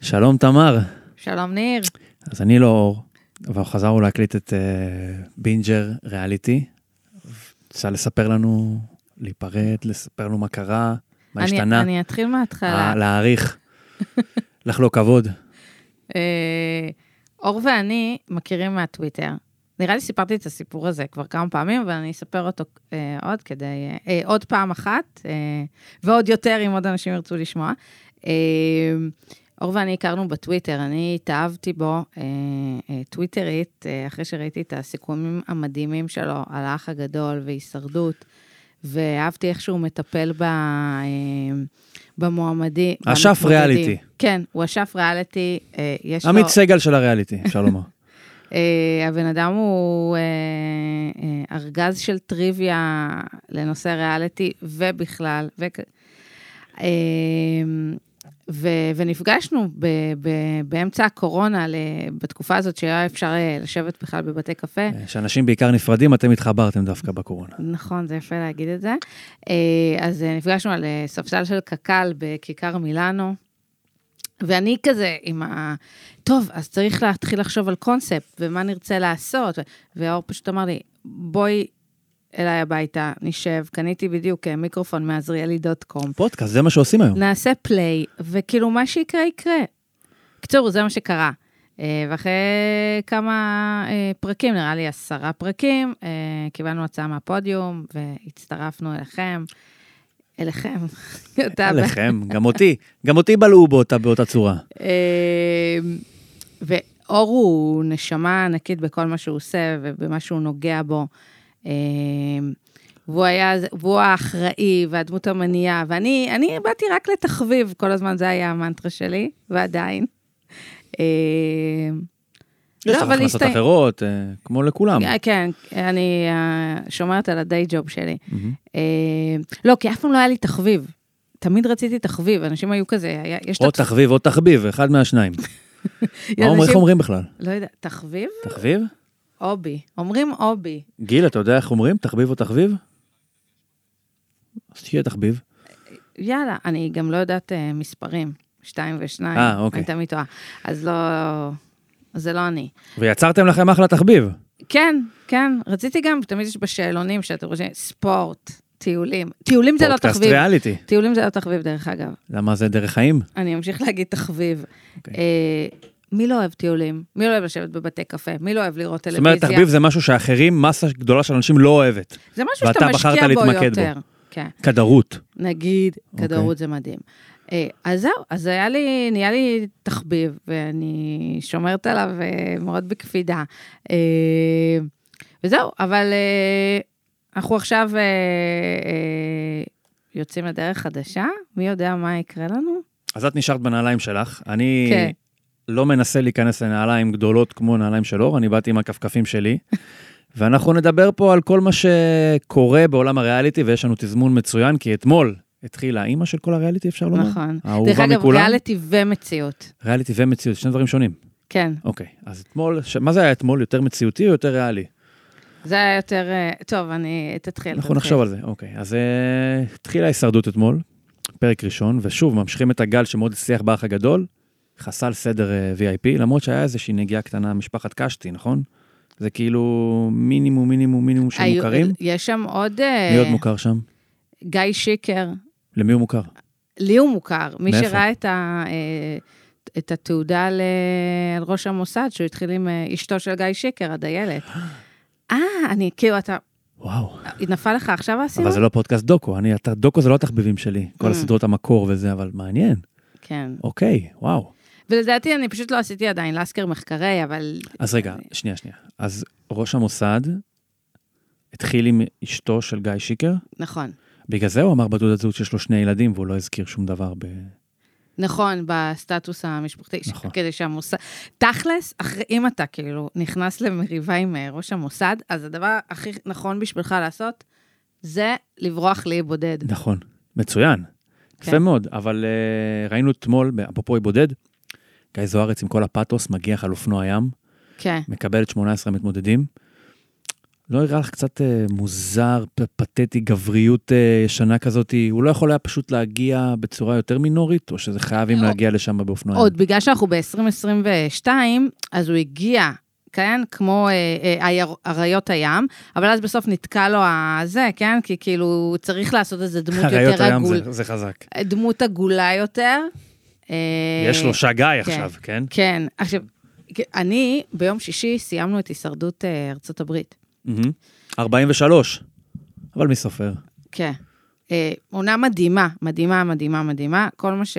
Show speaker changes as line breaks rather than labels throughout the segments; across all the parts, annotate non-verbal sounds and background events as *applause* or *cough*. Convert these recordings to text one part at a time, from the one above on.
שלום תמר,
שלום ניר.
אז אני לא אור, אבל חזרנו להקליט את אה, בינג'ר ריאליטי. רוצה לספר לנו, להיפרד, לספר לנו מה קרה, מה
אני-
השתנה,
אני אתחיל מההתחלה.
אה, להעריך, לחלוק
*laughs*
כבוד.
אה, אור ואני מכירים מהטוויטר. נראה לי סיפרתי את הסיפור הזה כבר כמה פעמים, אבל אני אספר אותו אה, עוד כדי... אה, אה, עוד פעם אחת, אה, ועוד יותר, אם עוד אנשים ירצו לשמוע. אה, אור ואני הכרנו בטוויטר, אני התאהבתי בו אה, אה, טוויטרית, אה, אחרי שראיתי את הסיכומים המדהימים שלו על האח הגדול והישרדות, ואהבתי איך שהוא מטפל ב, אה, במועמדים.
אשף
במתמודדים.
ריאליטי.
כן, הוא אשף ריאליטי, אה, יש לו...
עמית סגל של הריאליטי, אפשר
*laughs*
לומר.
אה, הבן אדם הוא אה, אה, ארגז של טריוויה לנושא ריאליטי ובכלל. וכ... אה, ו, ונפגשנו ב, ב, באמצע הקורונה, ל, בתקופה הזאת שהיה אפשר אה, לשבת בכלל בבתי קפה.
אה, שאנשים בעיקר נפרדים, אתם התחברתם דווקא בקורונה.
נכון, זה יפה להגיד את זה. אה, אז אה, נפגשנו על אה, ספסל של קק"ל בכיכר מילאנו, ואני כזה עם ה... טוב, אז צריך להתחיל לחשוב על קונספט, ומה נרצה לעשות, ו- ואור פשוט אמר לי, בואי אליי הביתה, נשב, קניתי בדיוק אה, מיקרופון מעזריאלי דוט קום,
פודקאסט, זה מה שעושים היום.
נעשה פליי, וכאילו מה שיקרה יקרה. בקיצור, זה מה שקרה. אה, ואחרי כמה אה, פרקים, נראה לי עשרה פרקים, אה, קיבלנו הצעה מהפודיום והצטרפנו אליכם. אליכם. *laughs* אתה-
עליכם, גם אותי, גם אותי בלעו באותה באותה צורה.
אה, ואור הוא נשמה ענקית בכל מה שהוא עושה ובמה שהוא נוגע בו. אה, והוא היה, והוא האחראי והדמות המניעה, ואני אני באתי רק לתחביב, כל הזמן זה היה המנטרה שלי, ועדיין. אה,
יש
לא,
לך
אבל
הכנסות
הסתיים-
אחרות, אה, כמו לכולם.
אה, כן, אני אה, שומרת על הדיי ג'וב שלי.
מהמם.
אה, לא, כי אף פעם לא היה לי תחביב. תמיד רציתי תחביב, אנשים היו כזה, היה, יש את
או תחביב או תחביב, אחד
*laughs*
מהשניים. מה אומרים- איך
אנשים-
אומרים בכלל?
לא יודע, תחביב?
תחביב?
הובי. אומרים הובי.
גיל, אתה יודע איך אומרים? תחביב או תחביב? אז תהיה תחביב.
יאללה, אני גם לא יודעת אה, מספרים, שתיים ושניים.
אה, אוקיי.
אני תמיד טועה. אז לא, זה לא אני.
ויצרתם לכם אחלה תחביב.
כן, כן, רציתי גם, תמיד יש בשאלונים שאתם רושמים, ספורט, טיולים. טיולים זה לא
פודקאסט
תחביב.
ריאליטי.
טיולים זה לא תחביב, דרך אגב.
למה זה דרך חיים?
אני אמשיך להגיד תחביב.
אוקיי.
אה, מי לא אוהב טיולים? מי לא אוהב לשבת בבתי קפה? מי לא אוהב לראות
זאת
טלוויזיה?
אומרת, תחביב זה משהו שאחרים, מסה גדולה של אנשים לא אוהבת.
זה משהו
ואתה
שאתה משקיע
בחרת
בו
להתמקד בו.
יותר. כן.
כדרות.
נגיד,
אוקיי.
כדרות זה מדהים. אה, אז זהו, אז היה לי, נהיה לי תחביב, ואני שומרת עליו אה, מאוד בקפידה. אה, וזהו, אבל אה, אנחנו עכשיו אה, אה, יוצאים לדרך חדשה, מי יודע מה יקרה לנו?
אז את נשארת בנעליים שלך. אני
כן.
לא מנסה להיכנס לנעליים גדולות כמו נעליים של אור, אני באתי עם הכפכפים
*laughs*
שלי. ואנחנו נדבר פה על כל מה שקורה בעולם הריאליטי, ויש לנו תזמון מצוין, כי אתמול התחילה אימא של כל הריאליטי, אפשר לומר?
נכון. דרך
האהובה
אגב,
לא מכולם?
ריאליטי ומציאות.
ריאליטי ומציאות, שני דברים שונים.
כן,
אוקיי, אז אתמול, ש... מה זה היה אתמול? יותר מציאותי או יותר ריאלי?
זה היה יותר... אה, טוב, אני... תתחיל.
אנחנו
תתחיל.
נחשוב על זה, אוקיי. אז אה, התחילה ההישרדות אתמול, פרק ראשון, ושוב, ממשיכים את הגל שמאוד הצליח באח הגדול, חסל סדר אה, VIP, למרות שהיה איזושהי נגיעה קטנה, משפחת קשתי, נכון? זה כאילו מינימום, מינימום, מינימום של
היו-
מוכרים.
יש שם עוד... אה,
מי עוד מוכר שם?
גיא שיקר.
למי הוא מוכר?
לי הוא מוכר. מי
מאיפה?
שראה את, ה, אה, את התעודה על, אה, על ראש המוסד, שהוא התחיל עם אה, אשתו של גיא שיקר, הדיילת. אה, אני, כאילו, אתה,
וואו.
נפל לך עכשיו האסימון?
אבל זה לא פודקאסט דוקו, אני, אתה- דוקו זה לא התחביבים שלי, כל
Mm.
הסדרות המקור וזה, אבל מעניין.
כן.
אוקיי, וואו.
ולדעתי, אני פשוט לא עשיתי עדיין לסקר מחקרי, אבל...
אז רגע, שנייה, שנייה. אז ראש המוסד התחיל עם אשתו של גיא שיקר,
נכון.
בגלל זה הוא אמר בתעודת זהות שיש לו שני ילדים והוא לא הזכיר שום דבר ב...
נכון, בסטטוס המשפחתי,
נכון.
נכון. כדי שהמוסד... תכלס, אחרי, אם אתה כאילו נכנס למריבה עם אה, ראש המוסד, אז הדבר הכי נכון בשבילך לעשות, זה לברוח לאי בודד.
נכון, מצוין.
כן.
יפה מאוד, אבל uh, ראינו אתמול, אפרופו היא בודד, גיא זוארץ עם כל הפאתוס מגיח על אופנוע ים,
כן.
מקבל את 18 המתמודדים. לא נראה לך קצת אה, מוזר, פ- פתטי, גבריות אה, ישנה כזאת? הוא לא יכול היה פשוט להגיע בצורה יותר מינורית, או שזה חייבים
לא.
להגיע לשם באופנועי?
עוד בגלל שאנחנו ב-2022, אז הוא הגיע, כן? כמו אה, אה, היר- אריות הים, אבל אז בסוף נתקע לו הזה, כן? כי כאילו, צריך לעשות איזה דמות
אריות
יותר
הים
עגול.
זה- זה חזק.
דמות עגולה יותר. אה,
יש לו שגיא
כן.
עכשיו, כן?
כן, עכשיו, אני, ביום שישי סיימנו את הישרדות אה, ארצות הברית.
מהמם. 43. אבל מי סופר?
כן. אה, עונה מדהימה, מדהימה, מדהימה, מדהימה. כל מה ש...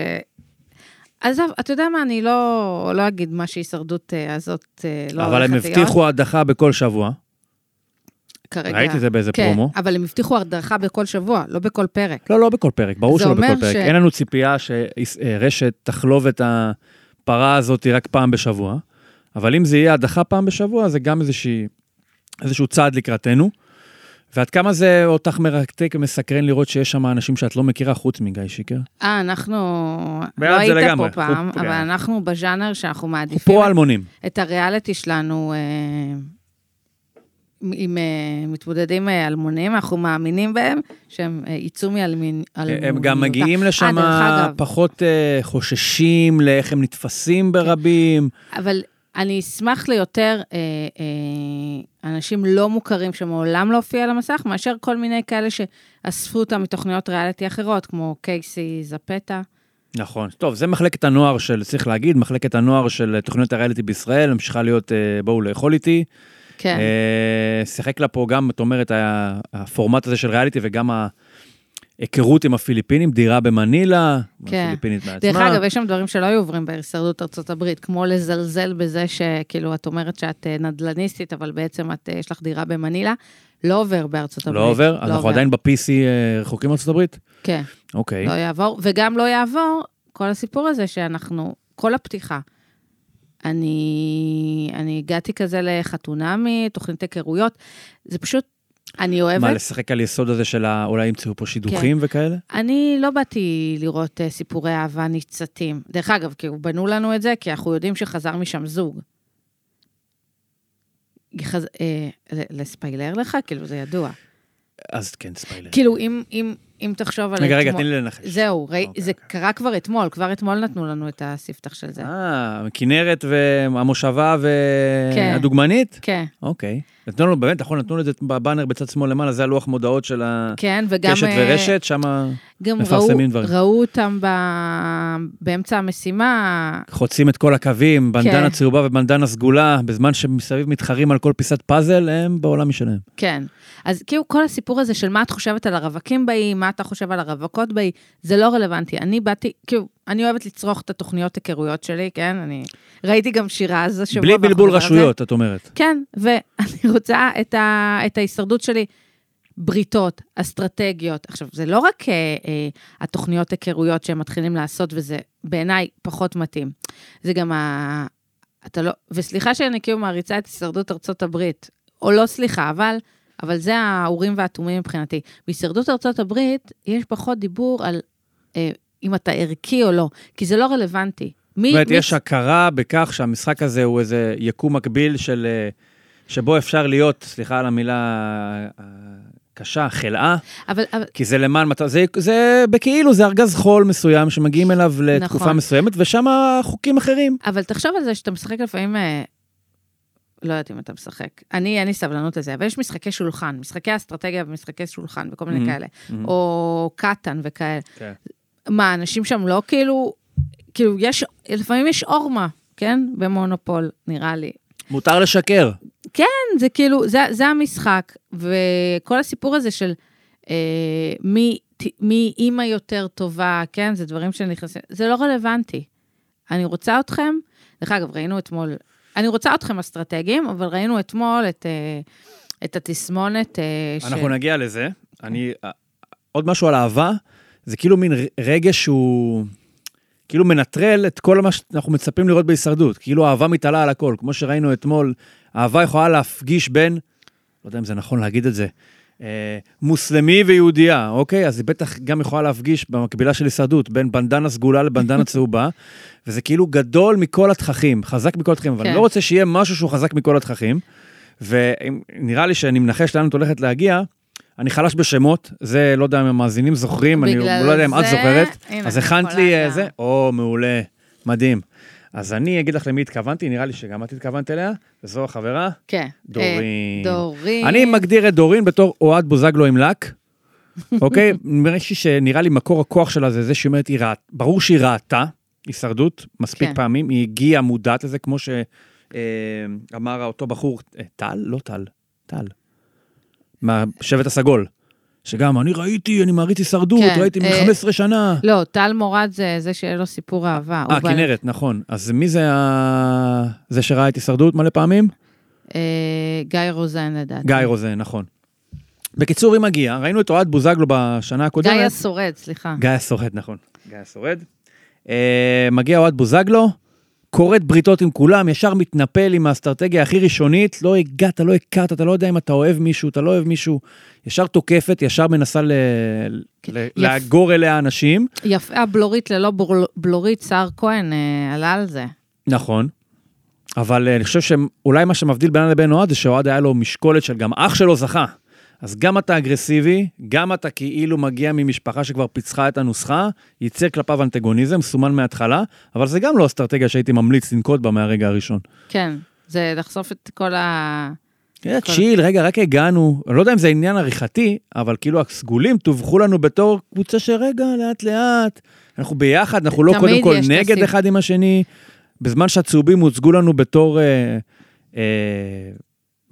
עזוב, אתה יודע מה, אני לא, לא אגיד מה שהישרדות אה, הזאת אה, לא
אבל הם
הולכת להיות.
הבטיחו הדחה בכל שבוע.
כרגע.
ראיתי את זה באיזה
כן,
פרומו.
אבל הם הבטיחו הדרכה בכל שבוע, לא בכל פרק.
לא, לא בכל פרק, ברור
זה
שלא בכל
אומר
פרק.
ש-
אין לנו ציפייה שרשת תחלוב את הפרה הזאת רק פעם בשבוע, אבל אם זה יהיה הדחה פעם בשבוע, זה גם איזושהי, איזשהו צעד לקראתנו. ועד כמה זה אותך מרתק ומסקרן לראות שיש שם אנשים שאת לא מכירה חוץ מגיא שיקר?
אה, אנחנו... לא
בעד זה
היית
לגמרי.
פה פעם,
הוא-
אבל
כן.
אנחנו בז'אנר שאנחנו מעדיפים
פה אלמונים.
את הריאליטי שלנו אה, עם אה, מתמודדים אה, אלמונים, אנחנו מאמינים בהם שהם אה, יצאו מאלמונים.
הם גם מגיעים לשם
אה, דרך אגב.
פחות אה, חוששים לאיך הם נתפסים ברבים.
אבל אני אשמח ליותר אה, אה, אנשים לא מוכרים שמעולם לא הופיע על המסך, מאשר כל מיני כאלה שאספו אותם מתוכניות ריאליטי אחרות, כמו קייסי זפטה.
נכון. טוב, זה מחלקת הנוער של, צריך להגיד, מחלקת הנוער של תוכניות הריאליטי בישראל, המשיכה להיות אה, בואו לאכול איתי.
כן.
אה, שיחק לה פה גם, את אומרת, ה- הפורמט הזה של ריאליטי וגם ההיכרות עם הפיליפינים, דירה במנילה,
כן.
הפיליפינית בעצמה.
דרך אגב, יש שם דברים שלא היו עוברים בהישרדות ארצות הברית, כמו לזלזל בזה שכאילו את אומרת שאת אה, נדלניסטית, אבל בעצם את, אה, יש לך דירה במנילה, לא עובר בארצות הברית.
לא עובר? אז אנחנו עדיין ב-PC אה, רחוקים מארצות הברית?
כן,
אוקיי.
לא יעבור, וגם לא יעבור כל הסיפור הזה שאנחנו, כל הפתיחה. אני, אני הגעתי כזה לחתונמי, תוכנית היכרויות, זה פשוט, אני אוהבת. כן.
מה, לשחק על יסוד הזה של ה- אולי ימצאו פה שידוכים וכאלה?
אני לא באתי לראות אה, סיפורי אהבה ניצתים. דרך אגב, כאילו, בנו לנו את זה, כי אנחנו יודעים שחזר משם זוג. חז... אה, ל- לספיילר לך? כאילו, זה ידוע.
אז כן, ספיילר.
כאילו, אם, אם, אם תחשוב על...
רגע, רגע,
אתמול-
תני לי לנחש.
זהו, ראי,
אוקיי,
זה
אוקיי.
קרה כבר אתמול, כבר אתמול נתנו לנו את הספתח של זה.
אה, כנרת והמושבה
כן.
והדוגמנית?
כן,
אוקיי. נתנו לנו, באמת, נכון, נתנו לזה בבאנר בצד שמאל למעלה, זה הלוח מודעות של הקשת
כן, וגם... אה,
ורשת, שמה
גם
מפרסמים
ראו,
דברים.
ראו אותם ב... באמצע המשימה,
חוצים את כל
כן.
הקווים, בנדנה צהובה ובנדנה סגולה, בזמן שמסביב מתחרים על כל פיסת פאזל, הם בעולם משלהם.
כן. אז כאילו כל הסיפור הזה של מה את חושבת על הרווקים באי, מה אתה חושב על הרווקות באי, זה לא רלוונטי. אני באתי, כאילו, אני אוהבת לצרוך את התוכניות היכרויות שלי, כן? אני ראיתי גם שירה אז השבוע.
בלי
ואנחנו
בלבול
נדבר על זה.
רשויות, את אומרת.
כן, ואני *laughs* רוצה את, ה, את ההישרדות שלי. בריתות, אסטרטגיות. עכשיו, זה לא רק אה, אה, התוכניות היכרויות שהם מתחילים לעשות, וזה בעיניי פחות מתאים. זה גם ה... אתה לא... וסליחה שאני כאילו מעריצה את הישרדות ארצות הברית, או לא סליחה, אבל, אבל זה האורים והתומים מבחינתי. בהישרדות ארצות הברית יש פחות דיבור על אה, אם אתה ערכי או לא, כי זה לא רלוונטי. מי...
זאת אומרת,
מי...
יש הכרה בכך שהמשחק הזה הוא איזה יקום מקביל של... אה, שבו אפשר להיות, סליחה על המילה הקשה, חלאה,
אבל, אבל
כי זה למען מטרה, זה, זה בכאילו, זה ארגז חול מסוים שמגיעים אליו לתקופה
נכון.
מסוימת, ושם חוקים אחרים.
אבל תחשוב על זה שאתה משחק לפעמים, אה, לא יודעת אם אתה משחק. אני, אין לי סבלנות לזה, אבל יש משחקי שולחן, משחקי אסטרטגיה ומשחקי שולחן וכל מיני
Mhm,
כאלה, או קטן וכאלה.
כן.
מה, אנשים שם לא כאילו, כאילו יש, לפעמים יש עורמה, כן? במונופול, נראה לי.
מותר לשקר.
כן, זה כאילו, זה, זה המשחק, וכל הסיפור הזה של אה, מי, ת- מי אימא יותר טובה, כן, זה דברים שנכנסים, זה לא רלוונטי. אני רוצה אתכם, דרך אגב, ראינו אתמול, אני רוצה אתכם אסטרטגיים, אבל ראינו אתמול את, אה, את התסמונת אה,
אנחנו נגיע לזה. אני... אה, עוד משהו על אהבה, זה כאילו מין ר- רגש שהוא... כאילו מנטרל את כל מה שאנחנו מצפים לראות בהישרדות. כאילו אהבה מתעלה על הכל. כמו שראינו אתמול, אהבה יכולה להפגיש בין, לא יודע אם זה נכון להגיד את זה, אה, מוסלמי ויהודייה, אוקיי? אז היא בטח גם יכולה להפגיש במקבילה של הישרדות, בין בנדנה סגולה לבנדנה צהובה, *laughs* וזה כאילו גדול מכל התככים, חזק מכל התככים, אבל
כן.
אני לא רוצה שיהיה משהו שהוא חזק מכל התככים. ונראה לי שאני מנחש לאן את הולכת להגיע. אני חלש בשמות, זה לא יודע אם המאזינים זוכרים, אני
בגלל
לא יודע אם את
זה-
זוכרת.
הנה,
אז
אני
הכנת לי
יכולה
אה,
גם.
זה, או, מעולה, מדהים. אז אני אגיד לך למי התכוונתי, נראה לי שגם את התכוונת אליה, וזו החברה,
כן. אה,
דורין.
דורין.
אני מגדיר את דורין בתור אוהד בוזגלו עם לק, אוקיי? מישהי שנראה לי מקור הכוח שלה זה זה שהיא אומרת, היא ראת, ברור שהיא ראתה הישרדות מספיק
כן.
פעמים, היא הגיעה מודעת לזה, כמו שאמר אותו בחור, אה, טל? לא טל, טל. מהשבט הסגול. שגם, אני ראיתי, אני מעריץ הישרדות,
כן,
ראיתי מ-
אה,
15 שנה.
לא, טל מורד זה זה שיש לו סיפור אהבה.
אה,
הוא בעל-
כנרת, נכון. אז מי זה ה... זה שראה את הישרדות מלא פעמים?
אה, גיא רוזן לדעתי.
גיא רוזן, נכון. בקיצור, היא מגיעה, ראינו את אוהד בוזגלו בשנה הקודמת.
גיא השורד, סליחה.
גיא השורד, נכון. גיא השורד. אה, מגיע אוהד בוזגלו, כורת בריתות עם כולם, ישר מתנפל עם האסטרטגיה הכי ראשונית, לא הגעת, לא הכרת, אתה לא יודע אם אתה אוהב מישהו, אתה לא אוהב מישהו, ישר תוקפת, ישר מנסה ל... ל... לאגור אליה אנשים.
יפה הבלורית ללא בור- בלורית, סער כהן אה, עלה על זה.
נכון. אבל אה, אני חושב שאולי מה שמבדיל בינה לבין אוהד זה שאוהד היה לו משקולת של גם אח שלו זכה. אז גם אתה אגרסיבי, גם אתה כאילו מגיע ממשפחה שכבר פיצחה את הנוסחה, ייצר כלפיו אנטגוניזם, סומן מההתחלה, אבל זה גם לא אסטרטגיה שהייתי ממליץ לנקוט בה מהרגע הראשון.
כן, זה לחשוף את כל ה...
אה, צ'יל, רגע, רק הגענו, אני לא יודע אם זה עניין עריכתי, אבל כאילו הסגולים טווחו לנו בתור קבוצה שרגע, לאט-לאט, אנחנו ביחד, אנחנו לא
תמיד
קודם כל
יש את
נגד
הסיב-
אחד עם השני, בזמן שהצהובים הוצגו לנו בתור אה, אה,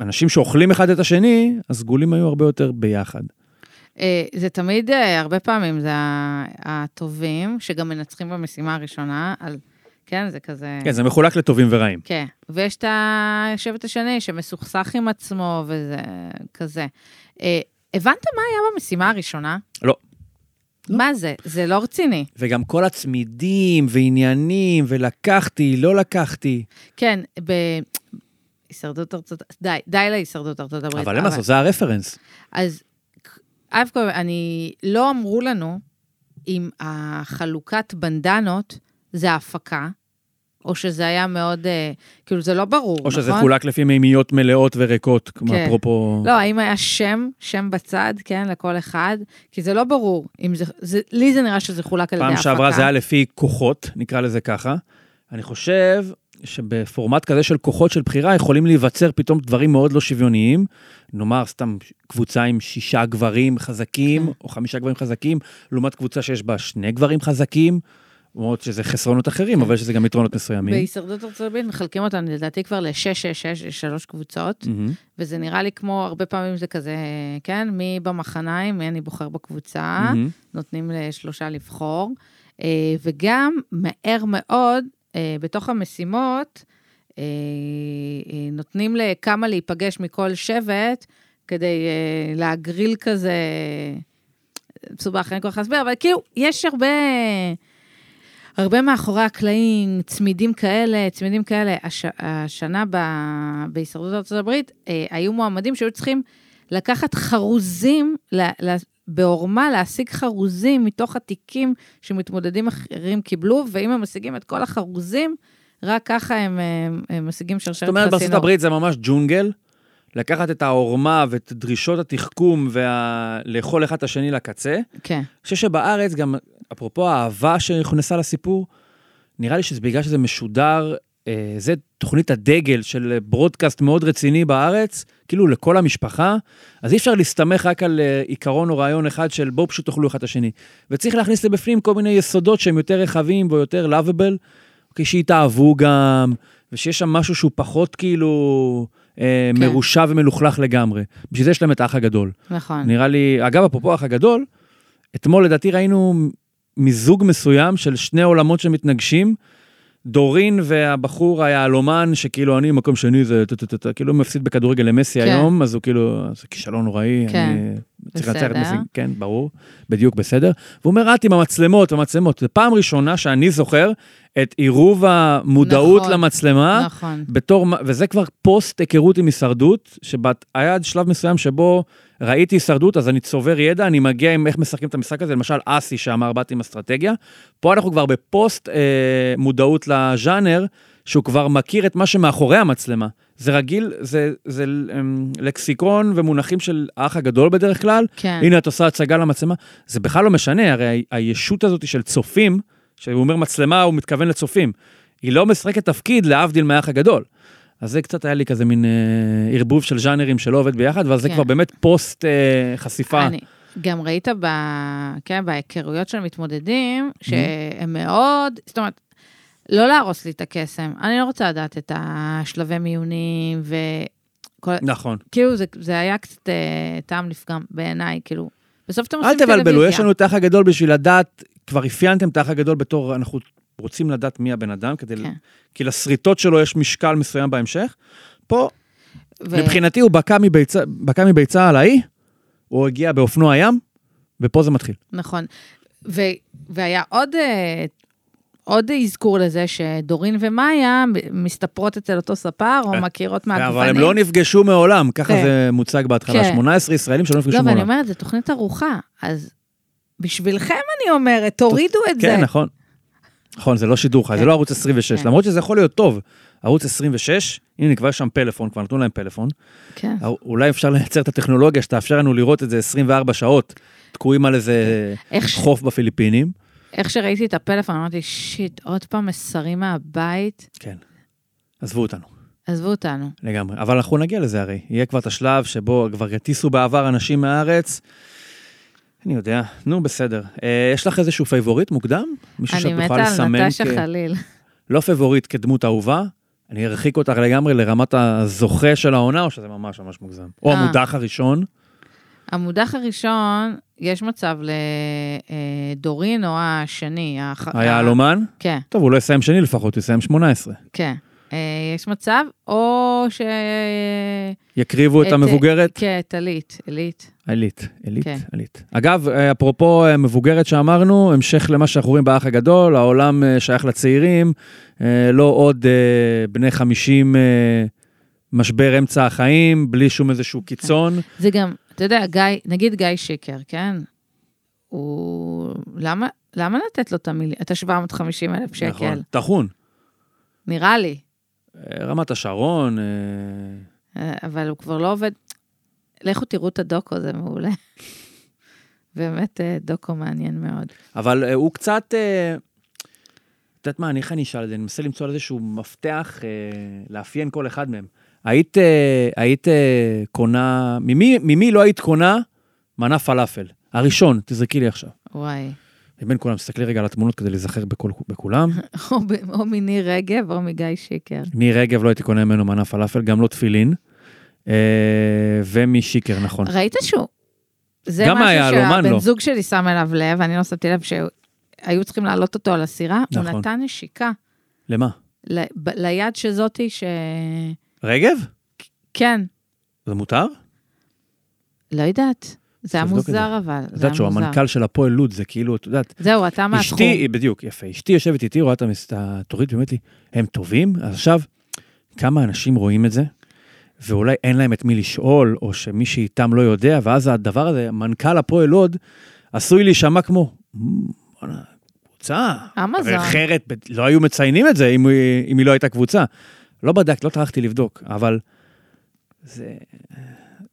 אנשים שאוכלים אחד את השני, הסגולים היו הרבה יותר ביחד.
אה, זה תמיד, אה, הרבה פעמים, זה ה- הטובים, שגם מנצחים במשימה הראשונה, על... כן, זה כזה...
כן, זה מחולק לטובים ורעים.
כן, ויש את השבט השני שמסוכסך עם עצמו וזה כזה. אה, הבנת מה היה במשימה הראשונה?
לא.
מה זה? זה לא רציני.
וגם כל הצמידים ועניינים, ולקחתי, לא לקחתי.
כן, ב... הישרדות ארצות... די, די להישרדות ארצות הברית.
אבל אין מה לעשות, זה הרפרנס.
אז אייבקו, אני, לא אמרו לנו אם החלוקת בנדנות זה ההפקה, או שזה היה מאוד, אה, כאילו זה לא ברור,
או
נכון?
שזה חולק לפי מימיות מלאות וריקות, כמו
כן.
אפרופו...
לא, האם היה שם, שם בצד, כן, לכל אחד? כי זה לא ברור. אם זה, זה, לי זה נראה שזה חולק על ידי
פעם
ההפקה.
שעברה זה היה לפי כוחות, נקרא לזה ככה. אני חושב שבפורמט כזה של כוחות של בחירה יכולים להיווצר פתאום דברים מאוד לא שוויוניים. נאמר, סתם קבוצה עם שישה גברים חזקים,
כן.
או חמישה גברים חזקים, לעומת קבוצה שיש בה שני גברים חזקים, למרות שזה חסרונות אחרים, אבל יש לזה גם יתרונות מסוימים.
בהישרדות ארצות הברית מחלקים אותנו, לדעתי, כבר ל-6-6-6, שלוש קבוצות,
מהמם.
וזה נראה לי כמו, הרבה פעמים זה כזה, כן, מי במחניים, מי אני בוחר בקבוצה,
מהמם.
נותנים לשלושה לבחור, אה, וגם מהר מאוד, אה, בתוך המשימות, אה, אה, נותנים לכמה להיפגש מכל שבט, כדי אה, להגריל כזה, מסובך, אין כל כך להסביר, אבל כאילו, יש הרבה... הרבה מאחורי הקלעים, צמידים כאלה, צמידים כאלה. הש, השנה ב, בהישרדות ארצות הברית, אה, היו מועמדים שהיו צריכים לקחת חרוזים, לה, לה, בעורמה להשיג חרוזים מתוך התיקים שמתמודדים אחרים קיבלו, ואם הם משיגים את כל החרוזים, רק ככה הם, הם, הם משיגים
זאת
שרשרת חסינות.
אומרת, בארצות הברית זה ממש ג'ונגל. לקחת את העורמה ואת דרישות התחכום ולאכול אחד את השני לקצה.
כן,
אני חושב שבארץ, גם אפרופו האהבה שנכנסה לסיפור, נראה לי שזה בגלל שזה משודר, אה, זה תוכנית הדגל של ברודקאסט מאוד רציני בארץ, כאילו לכל המשפחה, אז אי אפשר להסתמך רק על אה, עיקרון או רעיון אחד של בואו פשוט תאכלו אחד את השני. וצריך להכניס לבפנים כל מיני יסודות שהם יותר רחבים ויותר לאביבל, אוקיי, שיתאהבו גם, ושיש שם משהו שהוא פחות כאילו אה,
כן.
כן. מרושע ומלוכלך לגמרי. בשביל זה יש להם את האח הגדול.
נכון.
נראה לי, אגב, אפרופו האח הגדול, אתמול לדעתי ראינו מיזוג מסוים של שני עולמות שמתנגשים, דורין והבחור היהלומן, שכאילו אני מקום שני, זה טה-טה-טה, כאילו מפסיד בכדורגל למסי
כן.
היום, אז הוא כאילו, זה כישלון נוראי,
כן,
אני צריך לנצח את
בסדר.
מסי, כן, ברור, בדיוק בסדר. והוא אומר, את עם המצלמות, המצלמות. זו פעם ראשונה שאני זוכר את עירוב המודעות
נכון,
למצלמה.
נכון.
בתור, מה- וזה כבר פוסט היכרות עם הישרדות, שהיה עד שלב מסוים שבו ראיתי הישרדות, אז אני צובר ידע, אני מגיע עם איך משחקים את המשחק הזה, למשל אסי שאמר, באתי עם אסטרטגיה. פה אנחנו כבר בפוסט אה, מודעות לז'אנר, שהוא כבר מכיר את מה שמאחורי המצלמה. זה רגיל, זה, זה אמ, לקסיקון ומונחים של האח הגדול בדרך כלל.
כן.
הנה, את עושה הצגה למצלמה. זה בכלל לא משנה, הרי ה- הישות הזאת של צופים, שהוא אומר מצלמה, הוא מתכוון לצופים. היא לא משחקת תפקיד, להבדיל מהאח הגדול. אז זה קצת היה לי כזה מין אה, ערבוב של ז'אנרים שלא עובד ביחד, ואז זה
כן.
כבר באמת פוסט אה, חשיפה.
אני, גם ראית ב... כן, בהיכרויות של מתמודדים,
Mm-hmm.
שהם מאוד... זאת אומרת, לא להרוס לי את הקסם. אני לא רוצה לדעת את השלבי מיונים, וכל...
נכון.
כאילו, זה, זה היה קצת אה, טעם לפגם בעיניי, כאילו. בסוף אתם
אל
עושים טלוויזיה.
תבלבלו, יש לנו את האח הגדול בשביל לדעת, כבר אפיינתם את האח הגדול בתור, אנחנו רוצים לדעת מי הבן אדם, כדי...
כן.
ל- כי לשריטות שלו יש משקל מסוים בהמשך. פה,
ו-
מבחינתי, הוא בקע מביצה- בקע מביצה על האי, הוא הגיע באופנוע ים, ופה זה מתחיל.
נכון. ו, והיה עוד, אה, עוד אזכור לזה שדורין ומאיה מסתפרות אצל אותו ספר, או
כן.
מכירות מהגוונים.
אבל הם לא נפגשו מעולם, ככה
כן.
זה מוצג בהתחלה.
כן.
18 ישראלים שלא
לא,
נפגשו
ואני
מעולם.
אומרת, זו תוכנית ארוחה, אז בשבילכם אני אומרת, תורידו את זה.
כן, נכון. נכון, זה לא שידור חי,
כן.
זה לא ערוץ 26,
כן.
למרות שזה יכול להיות טוב. ערוץ 26, הנה, כבר יש שם פלאפון, כבר נתנו להם פלאפון.
כן.
אה, אולי אפשר לייצר את הטכנולוגיה שתאפשר לנו לראות את זה 24 שעות, תקועים על איזה
איך ש-
חוף בפיליפינים.
איך שראיתי את הפלאפון, אמרתי, שיט, עוד פעם מסרים מהבית,
כן. עזבו אותנו,
עזבו אותנו.
לגמרי. אבל אנחנו נגיע לזה הרי. יהיה כבר את השלב שבו כבר יטיסו בעבר אנשים מהארץ. אני יודע, נו בסדר. אה, יש לך איזשהו פייבוריט מוקדם? מישהו שאת
אני מתה
יכולה
על
לסמן? כן.
נטשה
כ-
חליל.
לא פייבוריט כדמות אהובה, אני ארחיק אותך לגמרי לרמת הזוכה של העונה, או שזה ממש ממש מוגזם. או
אה.
המודח הראשון.
המודח הראשון, יש מצב לדורין או השני. האח-
היהלומן?
כן,
טוב, הוא לא יסיים שני לפחות, הוא יסיים 18.
כן. אה, יש מצב, או ש...
יקריבו את
את-
המבוגרת?
כן, טלית, עילית.
עילית, עילית,
כן.
עילית. אגב, אה, אפרופו אה, מבוגרת שאמרנו, המשך למה שאנחנו רואים באח הגדול, העולם אה, שייך לצעירים, אה, לא עוד אה, בני 50 אה, משבר אמצע החיים, בלי שום איזשהו קיצון.
זה גם, אתה יודע, גיא, נגיד גיא שיקר, כן? הוא... למה, למה לתת לו את המיל... את ה-750 אלף שקל?
נכון, טחון.
נראה לי.
אה, רמת השרון, אה,
אה, אבל הוא כבר לא עובד. לכו תראו את הדוקו, זה מעולה. *laughs* באמת אה, דוקו מעניין מאוד.
אבל אה, הוא קצת... אה, את יודעת מה, אני איך אני אשאל את זה? אני מנסה למצוא על איזשהו מפתח, אה, לאפיין כל אחד מהם. היית, אה, היית אה, קונה, ממי, ממי לא היית קונה מנה פלאפל? הראשון, תזרקי לי עכשיו.
וואי. *laughs*
מבין כולם, תסתכלי רגע על התמונות כדי להיזכר בכל, בכולם.
או, ב- או מניר רגב או מגיא שיקר.
מי רגב לא הייתי קונה ממנו מנה פלאפל, גם לא תפילין. אה, ומשיקר, נכון.
ראית שהוא? זה
גם
משהו
היהלומן
שהבן
לא.
זוג שלי שם אליו לב, אני לא שמתי לב שהיו צריכים להעלות אותו על הסירה. הוא
נכון.
נתן נשיקה
למה?
ל- ב- ליד שזאתי ש...
רגב?
כן,
זה מותר?
לא יודעת. זה היה
תבדוק את
מוזר אבל.
את
זה היה
יודעת שהוא
מוזר.
המנכ"ל של הפועל לוד, זה כאילו, את יודעת,
זהו, אתה מהתחום.
אשתי, בדיוק, יפה. אשתי יושבת איתי, רואה את המס- את התורית, ואומרת לי, הם טובים? אז עכשיו, כמה אנשים רואים את זה, ואולי אין להם את מי לשאול, או שמי שאיתם לא יודע, ואז הדבר הזה, מנכ"ל הפועל לוד, עשוי להישמע כמו, "מ, בואנה, קבוצה.
אמזון.
הרי אחרת, ב- לא היו מציינים את זה אם היא- אם היא לא הייתה קבוצה. לא בדקת, לא טרחתי לבדוק, אבל זה...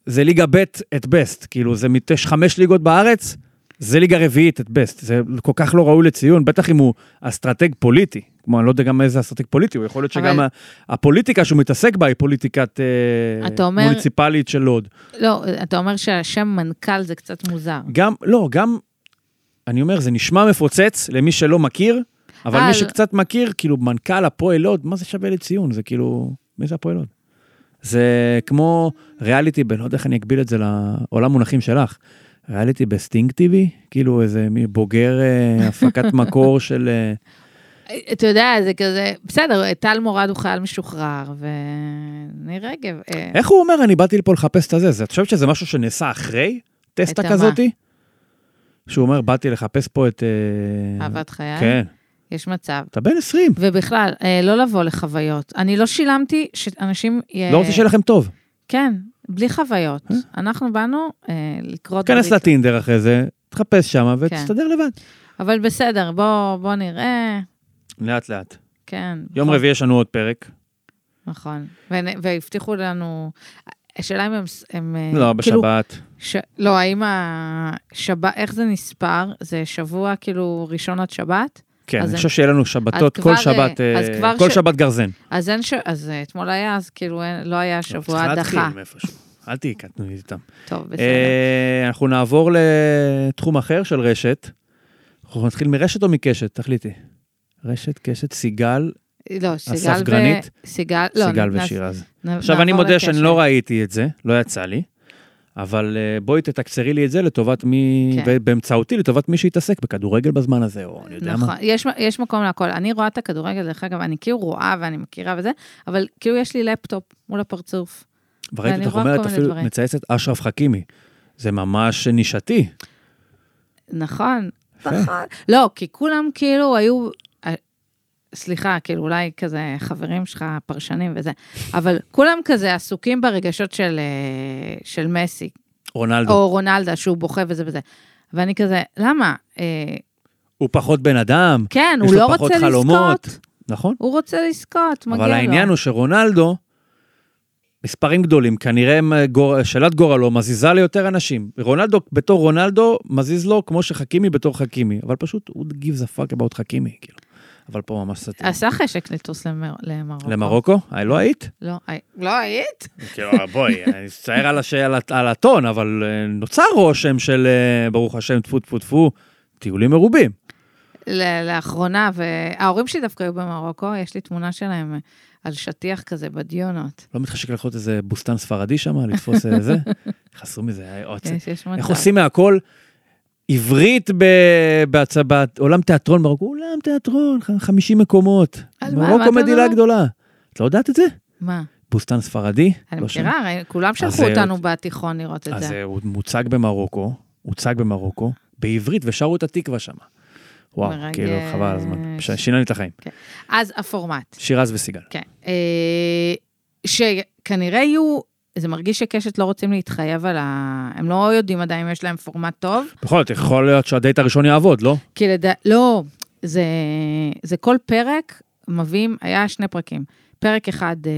זה ליגה ב' את בסט, כאילו זה מת- יש חמש ליגות בארץ, זה ליגה רביעית את בסט, זה כל כך לא ראוי לציון, בטח אם הוא אסטרטג פוליטי, כמו אני לא יודע גם איזה אסטרטג פוליטי, הוא יכול להיות שגם
אבל-
ה- הפוליטיקה שהוא מתעסק בה היא פוליטיקת אה,
אתה אומר-
מוניציפלית של לוד.
לא, אתה אומר שהשם מנכ"ל זה קצת מוזר.
גם, לא, גם, אני אומר, זה נשמע מפוצץ למי שלא מכיר, אבל
אה,
מי
לא.
שקצת מכיר, כאילו, מנכ"ל הפועל לוד, מה זה שווה לציון? זה כאילו, מי זה הפועל לוד? זה כמו ריאליטי, ב- לא יודע איך אני אגביל את זה לעולם מונחים שלך. ריאליטי בסטינג טיווי, כאילו איזה מי בוגר אה, הפקת מקור של... אה,
אתה יודע, זה כזה, בסדר, טל מורד הוא חייל משוחרר, וניר רגב, אה,
איך הוא אומר, אני באתי לפה לחפש את הזה? זה- את חושבת שזה משהו שנעשה אחרי
את
טסטה
המה?
כזאתי? שהוא אומר, באתי לחפש פה את... אה,
אהבת חייל,
כן.
יש מצב.
אתה בן 20,
ובכלל, אה, לא לבוא לחוויות. אני לא שילמתי שאנשים... אה,
לא רוצה אה? שיהיה לכם טוב.
כן, בלי חוויות. אנחנו באנו אה, לקרוא...
תיכנס
דברים.
לטינדר אחרי זה, תחפש שם
כן.
ותסתדר לבד.
אבל בסדר, בוא, בוא נראה.
לאט לאט.
כן.
יום
נכון, אה,
רביעי יש לנו עוד פרק.
נכון. ונ- והבטיחו לנו... השאלה אם הם... ס- הם אה,
לא,
כאילו,
בשבת.
ש... לא, האם השבת... איך זה נספר? זה שבוע כאילו ראשון עד שבת?
כן,
אז
אני
הם-
חושב שיהיה לנו שבתות,
אז
כל
כבר,
שבת,
אה, אז
אה,
כבר
כל
ש-
שבת גרזן.
אז אין ש... אז אה, אתמול היה, אז כאילו אין, לא היה שבוע
צריך להתחיל
הדחה.
מאיפשהו. אל תהיי קטנונית איתם.
טוב, בסדר.
אה, אנחנו נעבור לתחום אחר של רשת. אנחנו נתחיל מרשת או מקשת? תחליטי. רשת, קשת, סיגל,
לא, סיגל ו...
הספגרנית?
סיגל, לא.
סיגל
נ-
ושירז.
נ-
עכשיו,
נעבור
אני מודה שאני
לקשר.
לא ראיתי את זה, לא יצא לי, אבל אה, בואי תתקצרי לי את זה לטובת מי,
כן.
ובאמצעותי לטובת מי שיתעסק בכדורגל בזמן הזה, או אני יודע
נכון,
מה.
יש, יש מקום להכל. אני רואה את הכדורגל, דרך אגב, אני כאילו רואה ואני מכירה וזה, אבל כאילו יש לי לפטופ מול הפרצוף.
וראיתי
ואני
אותך
רואה
אומרת,
כל מיני
אפילו
דברים.
מצייצת אשרף חכימי. זה ממש נישתי.
נכון.
יפה.
נכון. לא, כי כולם כאילו היו, אה, סליחה, כאילו אולי כזה חברים שלך, פרשנים וזה, אבל כולם כזה עסוקים ברגשות של, אה, של מסי,
רונלדו.
או רונלדה, שהוא בוכה וזה וזה. ואני כזה, למה? אה,
הוא פחות בן אדם,
כן,
יש
הוא
לו
לא
פחות
רוצה
חלומות.
לזכות.
נכון?
הוא רוצה לזכות, מגיע לו.
אבל העניין הוא שרונלדו, מספרים גדולים, כנראה הם, אה, גור- שאלת גורלו מזיזה ליותר אנשים. רונלדו בתור רונלדו מזיז לו כמו שחכימי בתור חכימי, אבל פשוט הוא give the fuck about חכימי, כאילו. אבל פה ממש סטירה.
עשה חשק לטוס למר... למרוקו.
למרוקו? אה, לא היית?
לא, הי- לא היית?
כאילו, בואי, *laughs* אני מצטער על הש- על ה- על הטון, אבל אה, נוצר רושם של, אה, ברוך השם, טפו טפו טפו, טיולים מרובים.
ל- לאחרונה, וההורים שלי דווקא היו במרוקו, יש לי תמונה שלהם אה, על שטיח כזה בדיונות.
לא מתחשק ללכות איזה בוסטן ספרדי שם, לתפוס אה,
*laughs*
זה? חסרו מזה, אה, עוצר.
כן, יש, יש אוקיי, מצב.
איך עושים מהכל עברית בהצבת, עולם תיאטרון מרוקו, עולם תיאטרון, ח- 50 מקומות.
על מה? מה
מרוקו
אתה
מדינה
מדבר?
גדולה. את לא יודעת את זה?
מה?
בוסטן ספרדי?
אני
לא
מכירה, הרי כולם שלחו
אז,
אותנו בתיכון לראות
שם.
את
אז
זה.
אה, הוא מוצג במרוקו, הוצג במרוקו, בעברית, ושרו את התקווה שם. וואו,
מרגש.
כאילו, חבל על הזמן. ש- שינה לי את החיים.
אז הפורמט,
שירז וסיגל.
כן. אה, שכנראה יהיו, זה מרגיש שקשת לא רוצים להתחייב על ה... הם לא יודעים עדיין אם יש להם פורמט טוב,
בכל זאת, יכול להיות שהדייט הראשון יעבוד, לא?
כי לדע... לא, זה, זה כל פרק מביאים, היה שני פרקים. פרק אחד אה,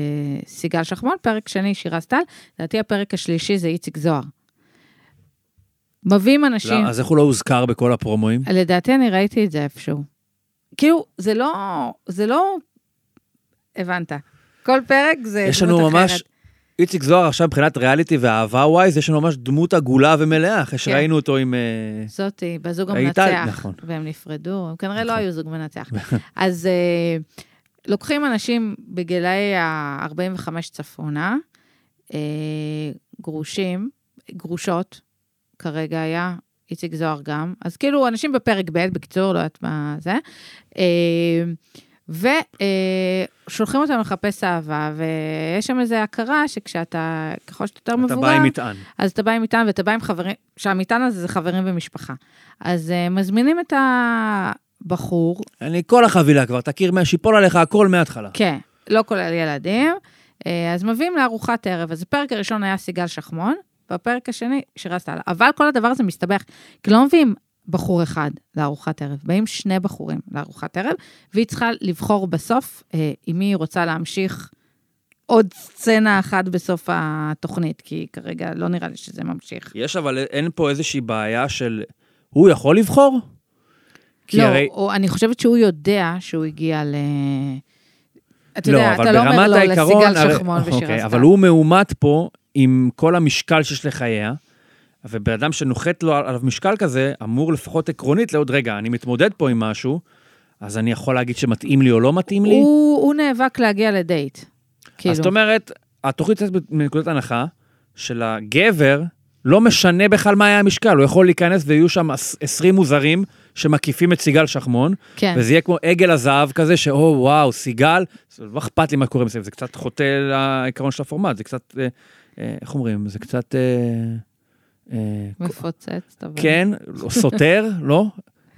סיגל שחמון, פרק שני שירה סטל, לדעתי הפרק השלישי זה איציק זוהר. מביאים אנשים,
לא, אז איך הוא לא הוזכר בכל הפרומואים?
אה, לדעתי אני ראיתי את זה איפשהו. כאילו, זה לא, זה לא, הבנת. כל פרק זה
יש
אה, דמות
לנו
אחרת.
ממש, איציק זוהר עכשיו מבחינת ריאליטי ואהבה ווייז, יש לנו ממש דמות עגולה ומלאה, אחרי
כן.
שראינו אותו עם... אה,
זאתי, בזוג
היית-
המנצח.
נכון.
והם נפרדו, הם כנראה לא
נכון.
היו זוג
*laughs*
מנצח. אז אה, לוקחים אנשים בגילאי ה-45 צפונה, אה, גרושים, גרושות, כרגע היה, איציק זוהר גם, אז כאילו אנשים בפרק ב', בקיצור, לא יודעת מה זה, אה, ושולחים אותם לחפש אהבה, ויש שם איזו הכרה שכשאתה, ככל שאתה יותר
אתה
מבוגר...
בא עם מטען.
אז אתה בא עם מטען ואתה בא עם חברים, שהמטען הזה זה חברים ומשפחה. אז uh, מזמינים את הבחור,
אני כל החבילה כבר, תכיר מה שיפול עליך הכל מההתחלה.
כן, לא כולל ילדים, uh, אז מביאים לארוחת ערב. אז הפרק הראשון היה סיגל שחמון, והפרק השני שרזת עליו. אבל כל הדבר הזה מסתבך, כי לא מביאים בחור אחד לארוחת ערב, באים שני בחורים לארוחת ערב, והיא צריכה לבחור בסוף uh, עם מי היא רוצה להמשיך. עוד סצנה אחת בסוף התוכנית, כי כרגע לא נראה לי שזה ממשיך.
יש אבל, אין פה איזושהי בעיה של, הוא יכול לבחור? כי
לא,
הרי-
או, אני חושבת שהוא יודע שהוא הגיע ל... אתה
לא,
יודע,
אבל
אתה לא אומר
ברמת
לו
העיקרון,
לסיגל
הרי-
שחמון ושירה
אוקיי,
סטאר.
אבל הוא מאומת פה עם כל המשקל שיש לחייה, ובן אדם שנוחת לו עליו משקל כזה, אמור לפחות עקרונית לעוד, רגע, אני מתמודד פה עם משהו, אז אני יכול להגיד שמתאים לי או לא מתאים לי?
הוא, הוא נאבק להגיע לדייט. כאילו,
אז זאת אומרת, התוכנית יוצאת מנקודת הנחה שלגבר לא משנה בכלל מה היה המשקל, הוא יכול להיכנס ויהיו שם עש- 20 מוזרים שמקיפים את סיגל שחמון,
כן.
וזה יהיה כמו עגל הזהב כזה, שאו וואו, סיגל, זה לא אכפת לי מה קורה מסביב, זה קצת חוטא לעיקרון של הפורמט, זה קצת, אה, אה, איך אומרים, זה קצת, אה, אה,
מפוצץ, אבל...
כן,
*laughs*
לא, סותר, לא?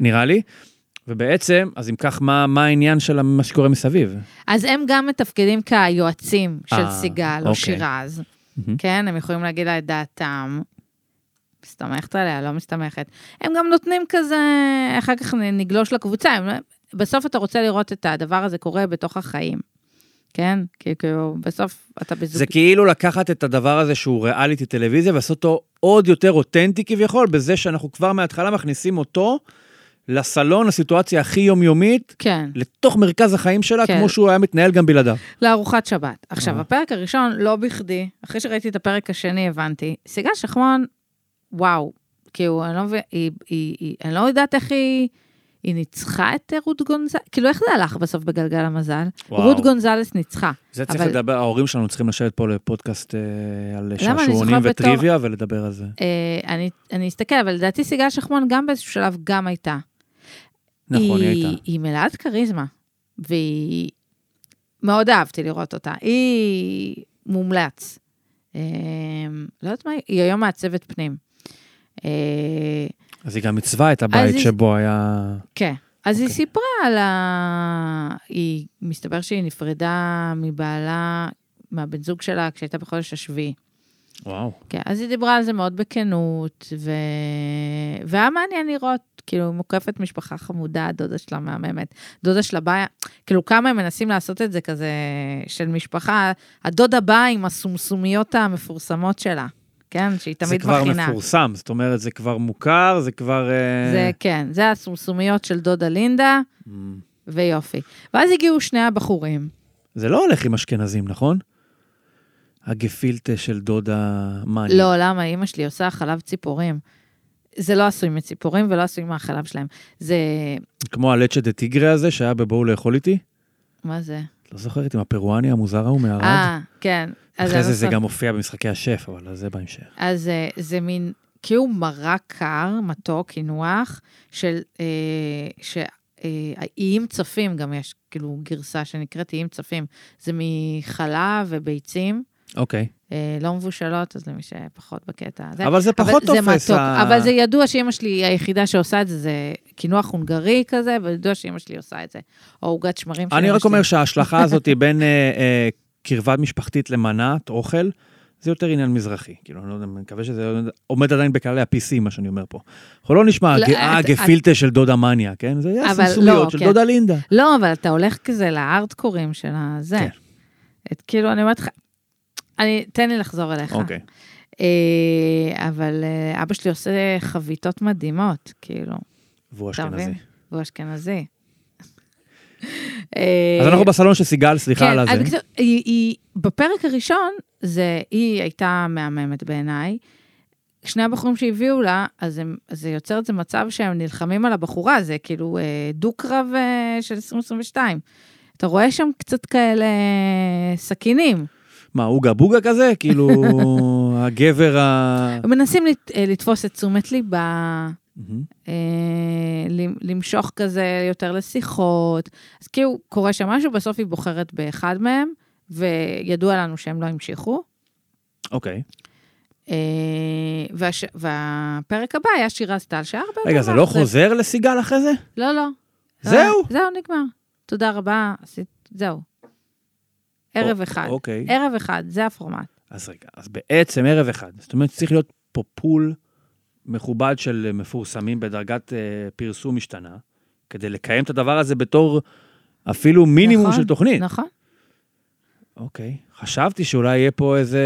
נראה לי. ובעצם, אז אם כך, מה, מה העניין של מה שקורה מסביב?
אז הם גם מתפקדים כיועצים של
אה,
סיגל
אוקיי.
או שירז,
מהמם.
כן? הם יכולים להגיד לה את דעתם. מסתמכת עליה, לא מסתמכת. הם גם נותנים כזה, אחר כך נ- נגלוש לקבוצה, הם, בסוף אתה רוצה לראות את הדבר הזה קורה בתוך החיים. כן? כי כאילו, בסוף אתה בזוג...
זה כאילו לקחת את הדבר הזה שהוא ריאליטי טלוויזיה ולעשות אותו עוד יותר אותנטי כביכול, בזה שאנחנו כבר מההתחלה מכניסים אותו לסלון, לסיטואציה הכי יומיומית,
כן,
לתוך מרכז החיים שלה,
כן.
כמו שהוא היה מתנהל גם בלעדיו.
לארוחת שבת. עכשיו,
אה.
הפרק הראשון, לא בכדי, אחרי שראיתי את הפרק השני, הבנתי. סיגל שחמון, וואו, כאילו, אני לא מבין- היא- היא- היא- אני לא יודעת איך היא... היא ניצחה את רות גונזלס? כאילו, איך זה הלך בסוף בגלגל המזל?
וואו.
רות גונזלס ניצחה.
זה צריך
אבל-
לדבר, ההורים שלנו צריכים לשבת פה לפודקאסט אה, על
אני
שעשועונים
זוכרת בתור-
וטריוויה ולדבר על זה.
אה, אני, אני אסתכל, אבל לדעתי סיגל שחמון גם באיזשהו שלב גם הייתה.
נכון, היא
היא,
הייתה.
היא מלאת כריזמה, והיא... מאוד אהבתי לראות אותה. היא מומלץ. אה, לא יודעת מה, היא- היא היום מעצבת פנים. אה,
אז היא גם עיצבה את הבית
היא-
שבו היה...
כן. אז היא
אוקיי.
סיפרה על ה... היא, מסתבר שהיא נפרדה מבעלה, מהבן זוג שלה, כשהייתה בחודש השביעי.
וואו.
כן, אז היא דיברה על זה מאוד בכנות, ו... והיה מעניין לראות, כאילו, היא מוקפת משפחה חמודה, דודה שלה מהממת. דודה שלה באה, כאילו, כמה הם מנסים לעשות את זה כזה של משפחה, הדודה באה עם הסומסומיות המפורסמות שלה, כן? שהיא
זה
תמיד
כבר
מכינה.
מפורסם, זאת אומרת, זה כבר מוכר, זה כבר... אה, Mm.
זה, כן, זה הסומסומיות של דודה לינדה,
מ,
ויופי. ואז הגיעו שני הבחורים.
זה לא הולך עם אשכנזים, נכון? הגפילטה של דודה מאני.
לא, למה? אימא שלי עושה חלב ציפורים. זה לא עשוי מציפורים ולא עשוי מהחלב שלהם. זה...
כמו הלצ'ה דה טיגרה הזה שהיה בבואו לאכול איתי.
מה זה?
לא זוכרת עם הפירואני המוזר ההוא מערד.
אה, כן. אז
אחרי זה זה
הנושא-
גם הופיע במשחקי השף, אבל אז זה בהמשך.
אז אה, זה מין, כאילו מרק קר, מתוק, קינוח, של... אה, ש... אה, איים צפים, גם יש כאילו גרסה שנקראת איים צפים. זה מחלב וביצים,
אוקיי.
אה, לא מבושלות, אז למי שפחות בקטע הזה.
אבל זה פחות
זה
תופס.
מתוק,
ה-
אבל זה ידוע שאימא שלי היא היחידה שעושה את זה, זה קינוח הונגרי כזה, וידוע שאימא שלי עושה את זה. או עוגת שמרים של
אני
אמא
רק
שלי.
אומר שההשלכה הזאת היא בין אה, אה, קרבה משפחתית למנת אוכל, זה יותר עניין מזרחי. כאילו, אני לא יודע, אני מקווה שזה עומד עדיין בכללי ה-PC, מה שאני אומר פה. אנחנו לא נשמע,
לא,
"הג- אה,
את-
הגפילטה של דודה מניה, כן? זה היה
אבל לא,
סמסומיות של
כן.
דודה לינדה.
לא, אבל אתה הולך כזה לארדקורים של הזה.
כן.
כן. את, כאילו, אני אומרת לך, אני, תן לי לחזור אליך.
אוקיי.
אה, אבל אה, אבא שלי עושה חביתות מדהימות, כאילו,
והוא
אתה
אשכנזי.
מבין? הוא אשכנזי.
אז אנחנו בסלון של סיגל, סליחה על
כן, אז
הזה.
בקיצור, היא, היא, בפרק הראשון, זה, היא הייתה מהממת בעיניי. שני הבחורים שהביאו לה, אז הם, אז זה יוצר את זה מצב שהם נלחמים על הבחורה, זה כאילו אה, דו-קרב אה, של 2022. אתה רואה שם קצת כאלה אה, סכינים.
מה, אוגה בוגה כזה? כאילו, *laughs* הגבר
*laughs*
ה...
הם מנסים לת, אה, לתפוס את תשומת ליבה,
מהמם.
אה, למ- למשוך כזה יותר לשיחות. אז כאילו, קורה שם משהו, בסוף היא בוחרת באחד מהם, וידוע לנו שהם לא המשיכו.
אוקיי.
אה, והש... והפרק הבא היה שירז טל, שהיה הרבה...
רגע,
יותר
זה לא
מאכזב.
חוזר לסיגל אחרי זה?
לא, לא.
זהו?
לא, זהו, נגמר. תודה רבה, עשית... זהו. ערב אחד.
אוקיי.
ערב אחד, זה הפורמט.
אז רגע, אז בעצם ערב אחד. זאת אומרת, צריך להיות פה פול מכובד של מפורסמים בדרגת אה, פרסום משתנה, כדי לקיים את הדבר הזה בתור אפילו מינימום
נכון,
של תוכנית.
נכון?
אוקיי. חשבתי שאולי יהיה פה איזה...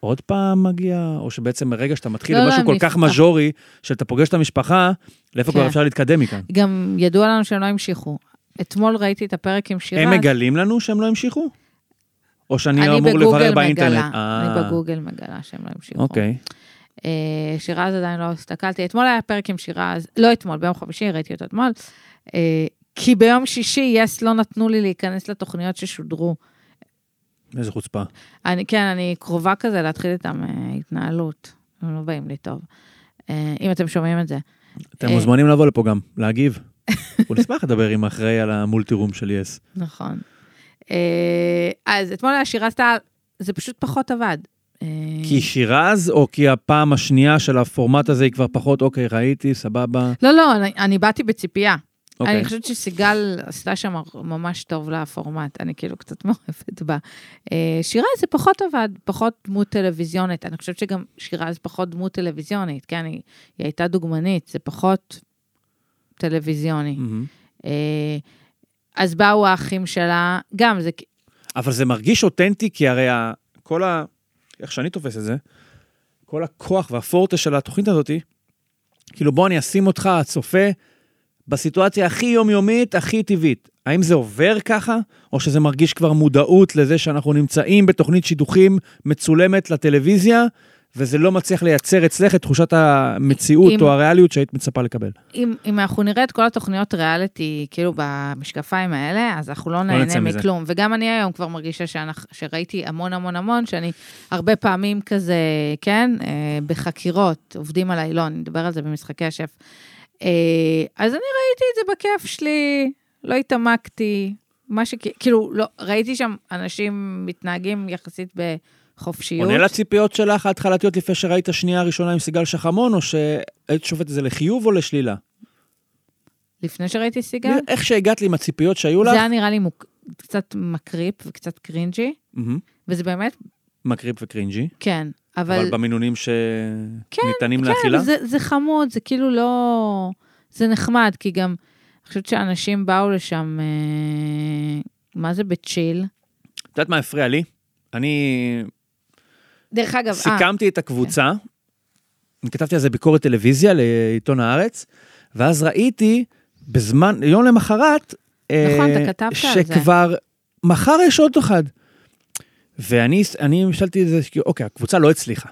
עוד פעם מגיע, או שבעצם מרגע שאתה מתחיל
לא, לא,
במשהו
הם
כל
נפתח-
כך מז'ורי, שאתה פוגש את המשפחה, לאיפה
כן.
כבר אפשר להתקדם מכאן?
גם ידוע לנו שהם לא המשיכו. אתמול ראיתי את הפרק עם שירז.
הם מגלים לנו שהם לא המשיכו? או שאני
אני
אמור
בגוגל
לברר
מגלה,
באינטרנט? אה.
אני בגוגל מגלה שהם לא המשיכו.
אוקיי.
אה, שירז עדיין לא הסתכלתי. אתמול היה פרק עם שירז, לא אתמול, ביום חמישי, ראיתי אותו אתמול. אה, כי ביום שישי, יס לא נתנו לי להיכנס לתוכניות ששודרו.
איזה חוצפה.
אני, כן, אני קרובה כזה להתחיל איתם אה, התנהלות. הם לא באים לי טוב. אה, אם אתם שומעים את זה.
אתם
אה.
מוזמנים לבוא לפה גם, להגיב. *laughs* הוא נשמח לדבר עם האחראי על המולטי רום של יס.
נכון. אה, אז אתמול היה שירז טל, זה פשוט פחות עבד. אה,
כי שירז, או כי הפעם השנייה של הפורמט הזה היא כבר פחות, אוקיי, ראיתי, סבבה,
לא, לא, אני, אני באתי בציפייה.
אוקיי.
אני חושבת שסיגל עשתה שם ממש טוב לפורמט, אני כאילו קצת מאוהבת בה. אה, שירז זה פחות עבד, פחות דמות טלוויזיונית. אני חושבת שגם שירז פחות דמות טלוויזיונית, כן? היא, היא הייתה דוגמנית, זה פחות טלוויזיוני.
מהמם.
אה, אז באו האחים שלה, גם זה, כ-
אבל זה מרגיש אותנטי, כי הרי ה- כל ה... איך שאני תופס את זה, כל הכוח והפורטה של התוכנית הזאתי, כאילו בוא אני אשים אותך, הצופה, בסיטואציה הכי יומיומית, הכי טבעית. האם זה עובר ככה, או שזה מרגיש כבר מודעות לזה שאנחנו נמצאים בתוכנית שידוכים מצולמת לטלוויזיה, וזה לא מצליח לייצר אצלך את תחושת המציאות
אם-
או הריאליות שהיית מצפה לקבל?
אם, אם אנחנו נראה את כל התוכניות ריאליטי, כאילו, במשקפיים האלה, אז אנחנו לא
נצא
נהנה
מזה.
מכלום. וגם אני היום כבר מרגישה שאנחנו, שראיתי המון המון המון, שאני הרבה פעמים כזה, כן, אה, בחקירות, עובדים עליי, לא, אני אדבר על זה במשחקי השף. אה, אז אני ראיתי את זה בכיף שלי, לא התעמקתי, מה שכ... כאילו, לא, ראיתי שם אנשים מתנהגים יחסית בחופשיות.
עונה לציפיות שלך ההתחלתיות לפני שראית שנייה הראשונה עם סיגל שחמון, או שהיית שופטת את זה לחיוב או לשלילה?
לפני שראיתי סיגל,
איך שהגעת לי עם הציפיות שהיו
זה
לך?
היה נראה לי מוק... קצת מקריפ וקצת קרינג'י.
מהמם.
וזה באמת,
מקריב וקרינג'י,
כן, אבל...
אבל במינונים
כן,
שניתנים לאכילה?
כן, זה, זה חמוד, זה כאילו לא... זה נחמד, כי גם... אני חושבת שאנשים באו לשם, אה, מה זה בצ'יל?
את יודעת מה הפריע לי? אני
דרך אגב, אה,
סיכמתי את הקבוצה, אני כתבתי על זה ביקורת טלוויזיה לעיתון הארץ, ואז ראיתי בזמן, יום למחרת,
נכון,
אה,
אתה כתבת על זה.
שכבר, מחר יש עוד אחד. ואני אני המשלתי את זה, כאילו, אוקיי, הקבוצה לא הצליחה.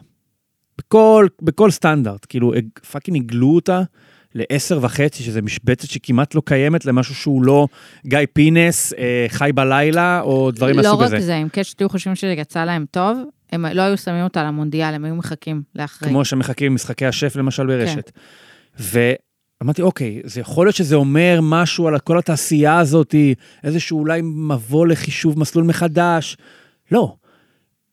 בכל, בכל סטנדרט, כאילו, הג- פאקינג הגלו אותה לעשר וחצי, שזה משבצת שכמעט לא קיימת למשהו שהוא לא גיא פינס, אה, חי בלילה, או דברים
לא
מהסוג הזה.
רק זה, אם קשת היו חושבים שזה יצא להם טוב, הם לא היו שמים אותה למונדיאל, הם היו מחכים לאחרי.
כמו שמחכים למשחקי השף למשל ברשת. ואמרתי, אוקיי, זה יכול להיות שזה אומר משהו על כל התעשייה הזאת, איזשהו אולי מבוא לחישוב מסלול מחדש. לא.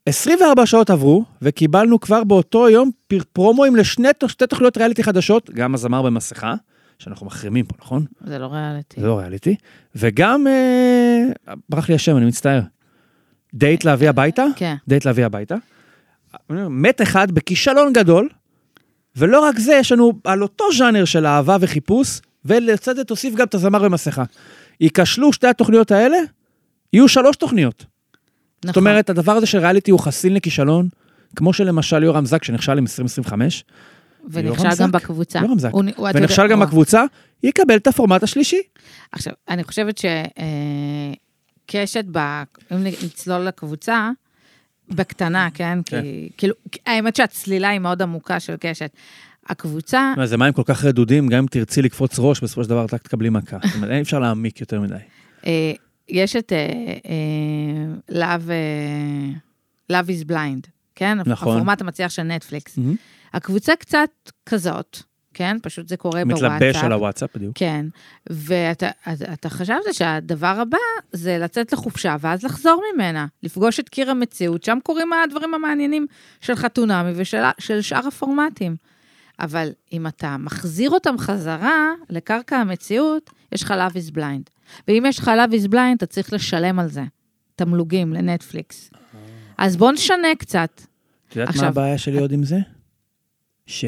24 שעות עברו, וקיבלנו כבר באותו יום פר- פרומואים לשני שתי תוכניות ריאליטי חדשות, גם הזמר במסכה, שאנחנו מחרימים פה, נכון?
זה לא ריאליטי.
זה לא ריאליטי, וגם, אה, ברח לי השם, אני מצטער. דייט להביא הביתה?
כן.
דייט להביא הביתה. אני אומר, מת אחד בכישלון גדול, ולא רק זה, יש לנו על אותו ז'אנר של אהבה וחיפוש, ולצד זה תוסיף גם את הזמר במסכה. ייכשלו שתי התוכניות האלה, יהיו שלוש תוכניות. נכון. זאת
נכון.
אומרת, הדבר הזה של ריאליטי הוא חסין לכישלון, כמו שלמשל יורם זק, שנכשל עם 2025, יורם
ונכשל
זק.
גם בקבוצה.
יורם זק.
הוא נ- הוא- אתה יודע-
ונכשל גם
וואו.
בקבוצה, יקבל את הפורמט השלישי.
עכשיו, אני חושבת שקשת, אם נצלול לקבוצה, בקטנה, כן?
כן.
כי, כאילו, האמת שהצלילה היא מאוד עמוקה של קשת. הקבוצה,
מה, זה מים כל כך רדודים, גם אם תרצי לקפוץ ראש, בסופו של דבר את רק תקבלי מכה. זאת אומרת, אי אפשר להעמיק יותר מדי.
אה, יש את אה, אה, Love, אה, Love is Blind, כן?
נכון.
הפורמט המצליח של נטפליקס.
מהמם.
הקבוצה קצת כזאת, כן? פשוט זה קורה בוואטסאפ.
מתלבש על הוואטסאפ, בדיוק.
כן, ואתה אז אתה חשבת שהדבר הבא זה לצאת לחופשה ואז לחזור ממנה, לפגוש את קיר המציאות, שם קורים הדברים המעניינים של חתונמי ושל ה- של שאר הפורמטים. אבל אם אתה מחזיר אותם חזרה לקרקע המציאות, יש לך Love is Blind. ואם יש לך Love is Blind, אתה צריך לשלם על זה, תמלוגים לנטפליקס. אז בואו נשנה קצת.
את יודעת מה
עכשיו-
הבעיה שלי עוד עם זה? ש...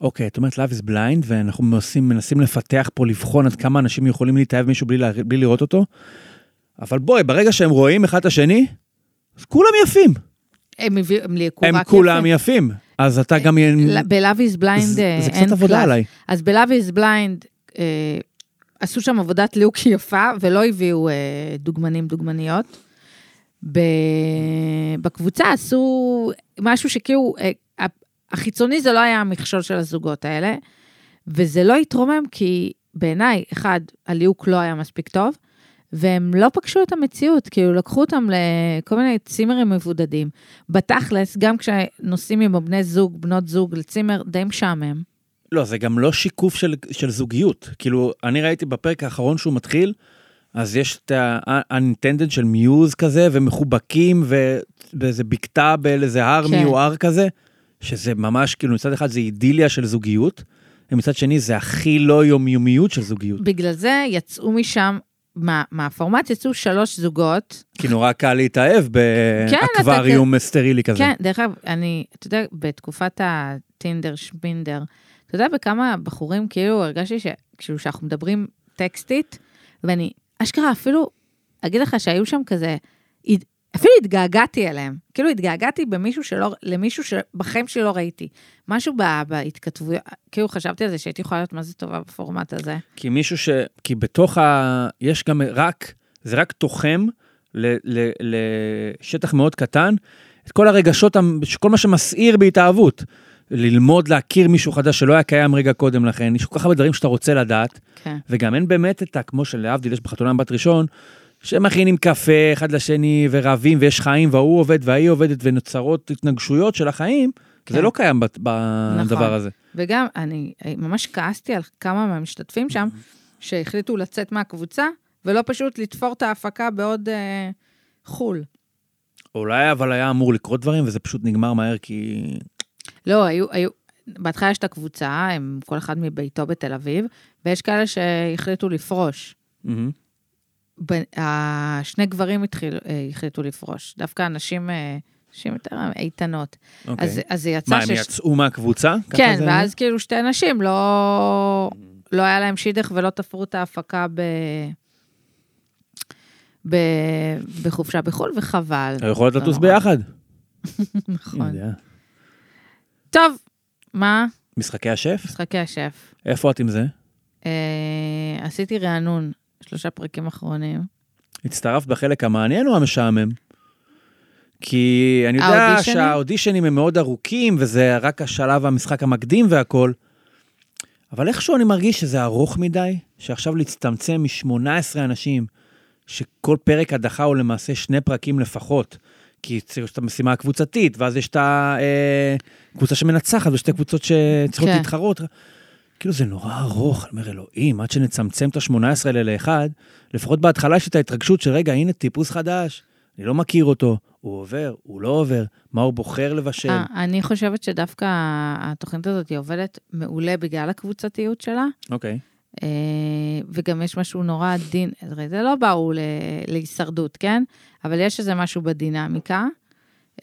אוקיי, את אומרת Love is blind, ואנחנו עושים, מנסים לפתח פה, לבחון עד כמה אנשים יכולים להתאהב מישהו בלי, לה- בלי לראות אותו, אבל בואי, ברגע שהם רואים אחד את השני, אז כולם יפים.
הם הביאו, הם ליהקו רק
הם
יפה.
כולם יפים. אז אתה גם...
ל- ב-Love אה, is Blind
זה-
אה,
זה
אין
קצת עבודה
קלאס.
עליי.
אז ב-Love is Blind אה, עשו שם עבודת ליהוק יפה, ולא הביאו אה, דוגמנים דוגמניות. ב- בקבוצה עשו משהו שכאילו, אה, ה- החיצוני זה לא היה המכשול של הזוגות האלה, וזה לא התרומם כי בעיניי, אחד, הליהוק לא היה מספיק טוב, והם לא פגשו את המציאות, כאילו לקחו אותם לכל מיני צימרים מבודדים. בתכלס, גם כשנוסעים עם הבני זוג, בנות זוג, לצימר די משעמם.
לא, זה גם לא שיקוף של, של זוגיות. כאילו, אני ראיתי בפרק האחרון שהוא מתחיל, אז יש את ה-unintended של מיוז כזה, ומחובקים, ו- ואיזה בקתה באיזה הר
כן.
כן. מיוער כזה, שזה ממש, כאילו, מצד אחד זה אידיליה של זוגיות, ומצד שני זה הכי לא יומיומיות של זוגיות.
בגלל זה יצאו משם, מה- מהפורמט יצאו שלוש זוגות.
כי נורא קל להתאהב
כן, אתה
באקווריום סטרילי כזה.
כן, דרך אגב, אני, אתה יודע, בתקופת הטינדר, שמינדר, אתה יודע בכמה בחורים, כאילו הרגשתי שכשאנחנו מדברים טקסטית, ואני אשכרה אפילו, אגיד לך שהיו שם כזה, הת- אפילו התגעגעתי אליהם. כאילו התגעגעתי במישהו שלא, למישהו שבחיים שלי לא ראיתי. משהו ב- בהתכתבויות, כאילו חשבתי על זה שהייתי יכולה להיות מה זה טובה בפורמט הזה.
כי מישהו ש... כי בתוך ה... יש גם רק, זה רק תוחם ל- ל- לשטח מאוד קטן, את כל הרגשות, המ- כל מה שמסעיר בהתאהבות. ללמוד להכיר מישהו חדש שלא היה קיים רגע קודם לכן, יש כל כך הרבה דברים שאתה רוצה לדעת,
כן.
וגם אין באמת את ה... כמו שלהבדיל, יש בחתונה בת ראשון, שמכינים קפה אחד לשני ורבים ויש חיים וההוא עובד וההיא עובדת ונוצרות התנגשויות של החיים,
כן.
זה לא קיים בת- בדבר הזה.
וגם, אני אה, ממש כעסתי על כמה מהמשתתפים שם, שהחליטו לצאת מהקבוצה, ולא פשוט לתפור את ההפקה בעוד אה, חו"ל.
אולי אבל היה אמור לקרות דברים וזה פשוט נגמר מהר כי
לא, היו, היו, בהתחלה יש את הקבוצה, הם כל אחד מביתו בתל אביב, ויש כאלה שהחליטו לפרוש.
מהמם.
ב- ה- שני גברים התחיל, אה, החליטו לפרוש, דווקא הנשים, אה, נשים יותר איתנות.
אוקיי.
אז, אז זה יצא
מה, הם יצאו מהקבוצה? ככה
כן,
זה-
ואז כאילו שתי נשים, לא, לא היה להם שידך ולא תפרו את ההפקה ב... ב... בחופשה בחו"ל, וחבל.
היכולת
זה
לטוס
נורא.
ביחד. אני
נכון.
יודע.
טוב, מה?
משחקי השף?
משחקי השף.
איפה את עם זה?
אה, עשיתי רענון, שלושה פרקים אחרונים.
הצטרפת בחלק המעניין או המשעמם? כי אני יודע
האודישנים?
שהאודישנים הם מאוד ארוכים, וזה רק השלב המשחק המקדים והכל, אבל איכשהו אני מרגיש שזה ארוך מדי, שעכשיו להצטמצם מ-18 אנשים, שכל פרק הדחה הוא למעשה שני פרקים לפחות. כי צריך- יש את המשימה הקבוצתית, ואז יש את הקבוצה שמנצחת, ושתי קבוצות שצריכות
כן.
להתחרות. כאילו זה נורא ארוך, אני אומר, אלוהים, עד שנצמצם את ה-18 האלה לאחד, לפחות בהתחלה יש את ההתרגשות של, רגע, הנה טיפוס חדש, אני לא מכיר אותו, הוא עובר, הוא לא עובר, מה הוא בוחר לבשל.
אה, אני חושבת שדווקא התוכנית הזאת היא עובדת מעולה בגלל הקבוצתיות שלה,
אוקיי.
אה, וגם יש משהו נורא עדין, הרי זה לא ברור ל- להישרדות, כן? אבל יש איזה משהו בדינמיקה,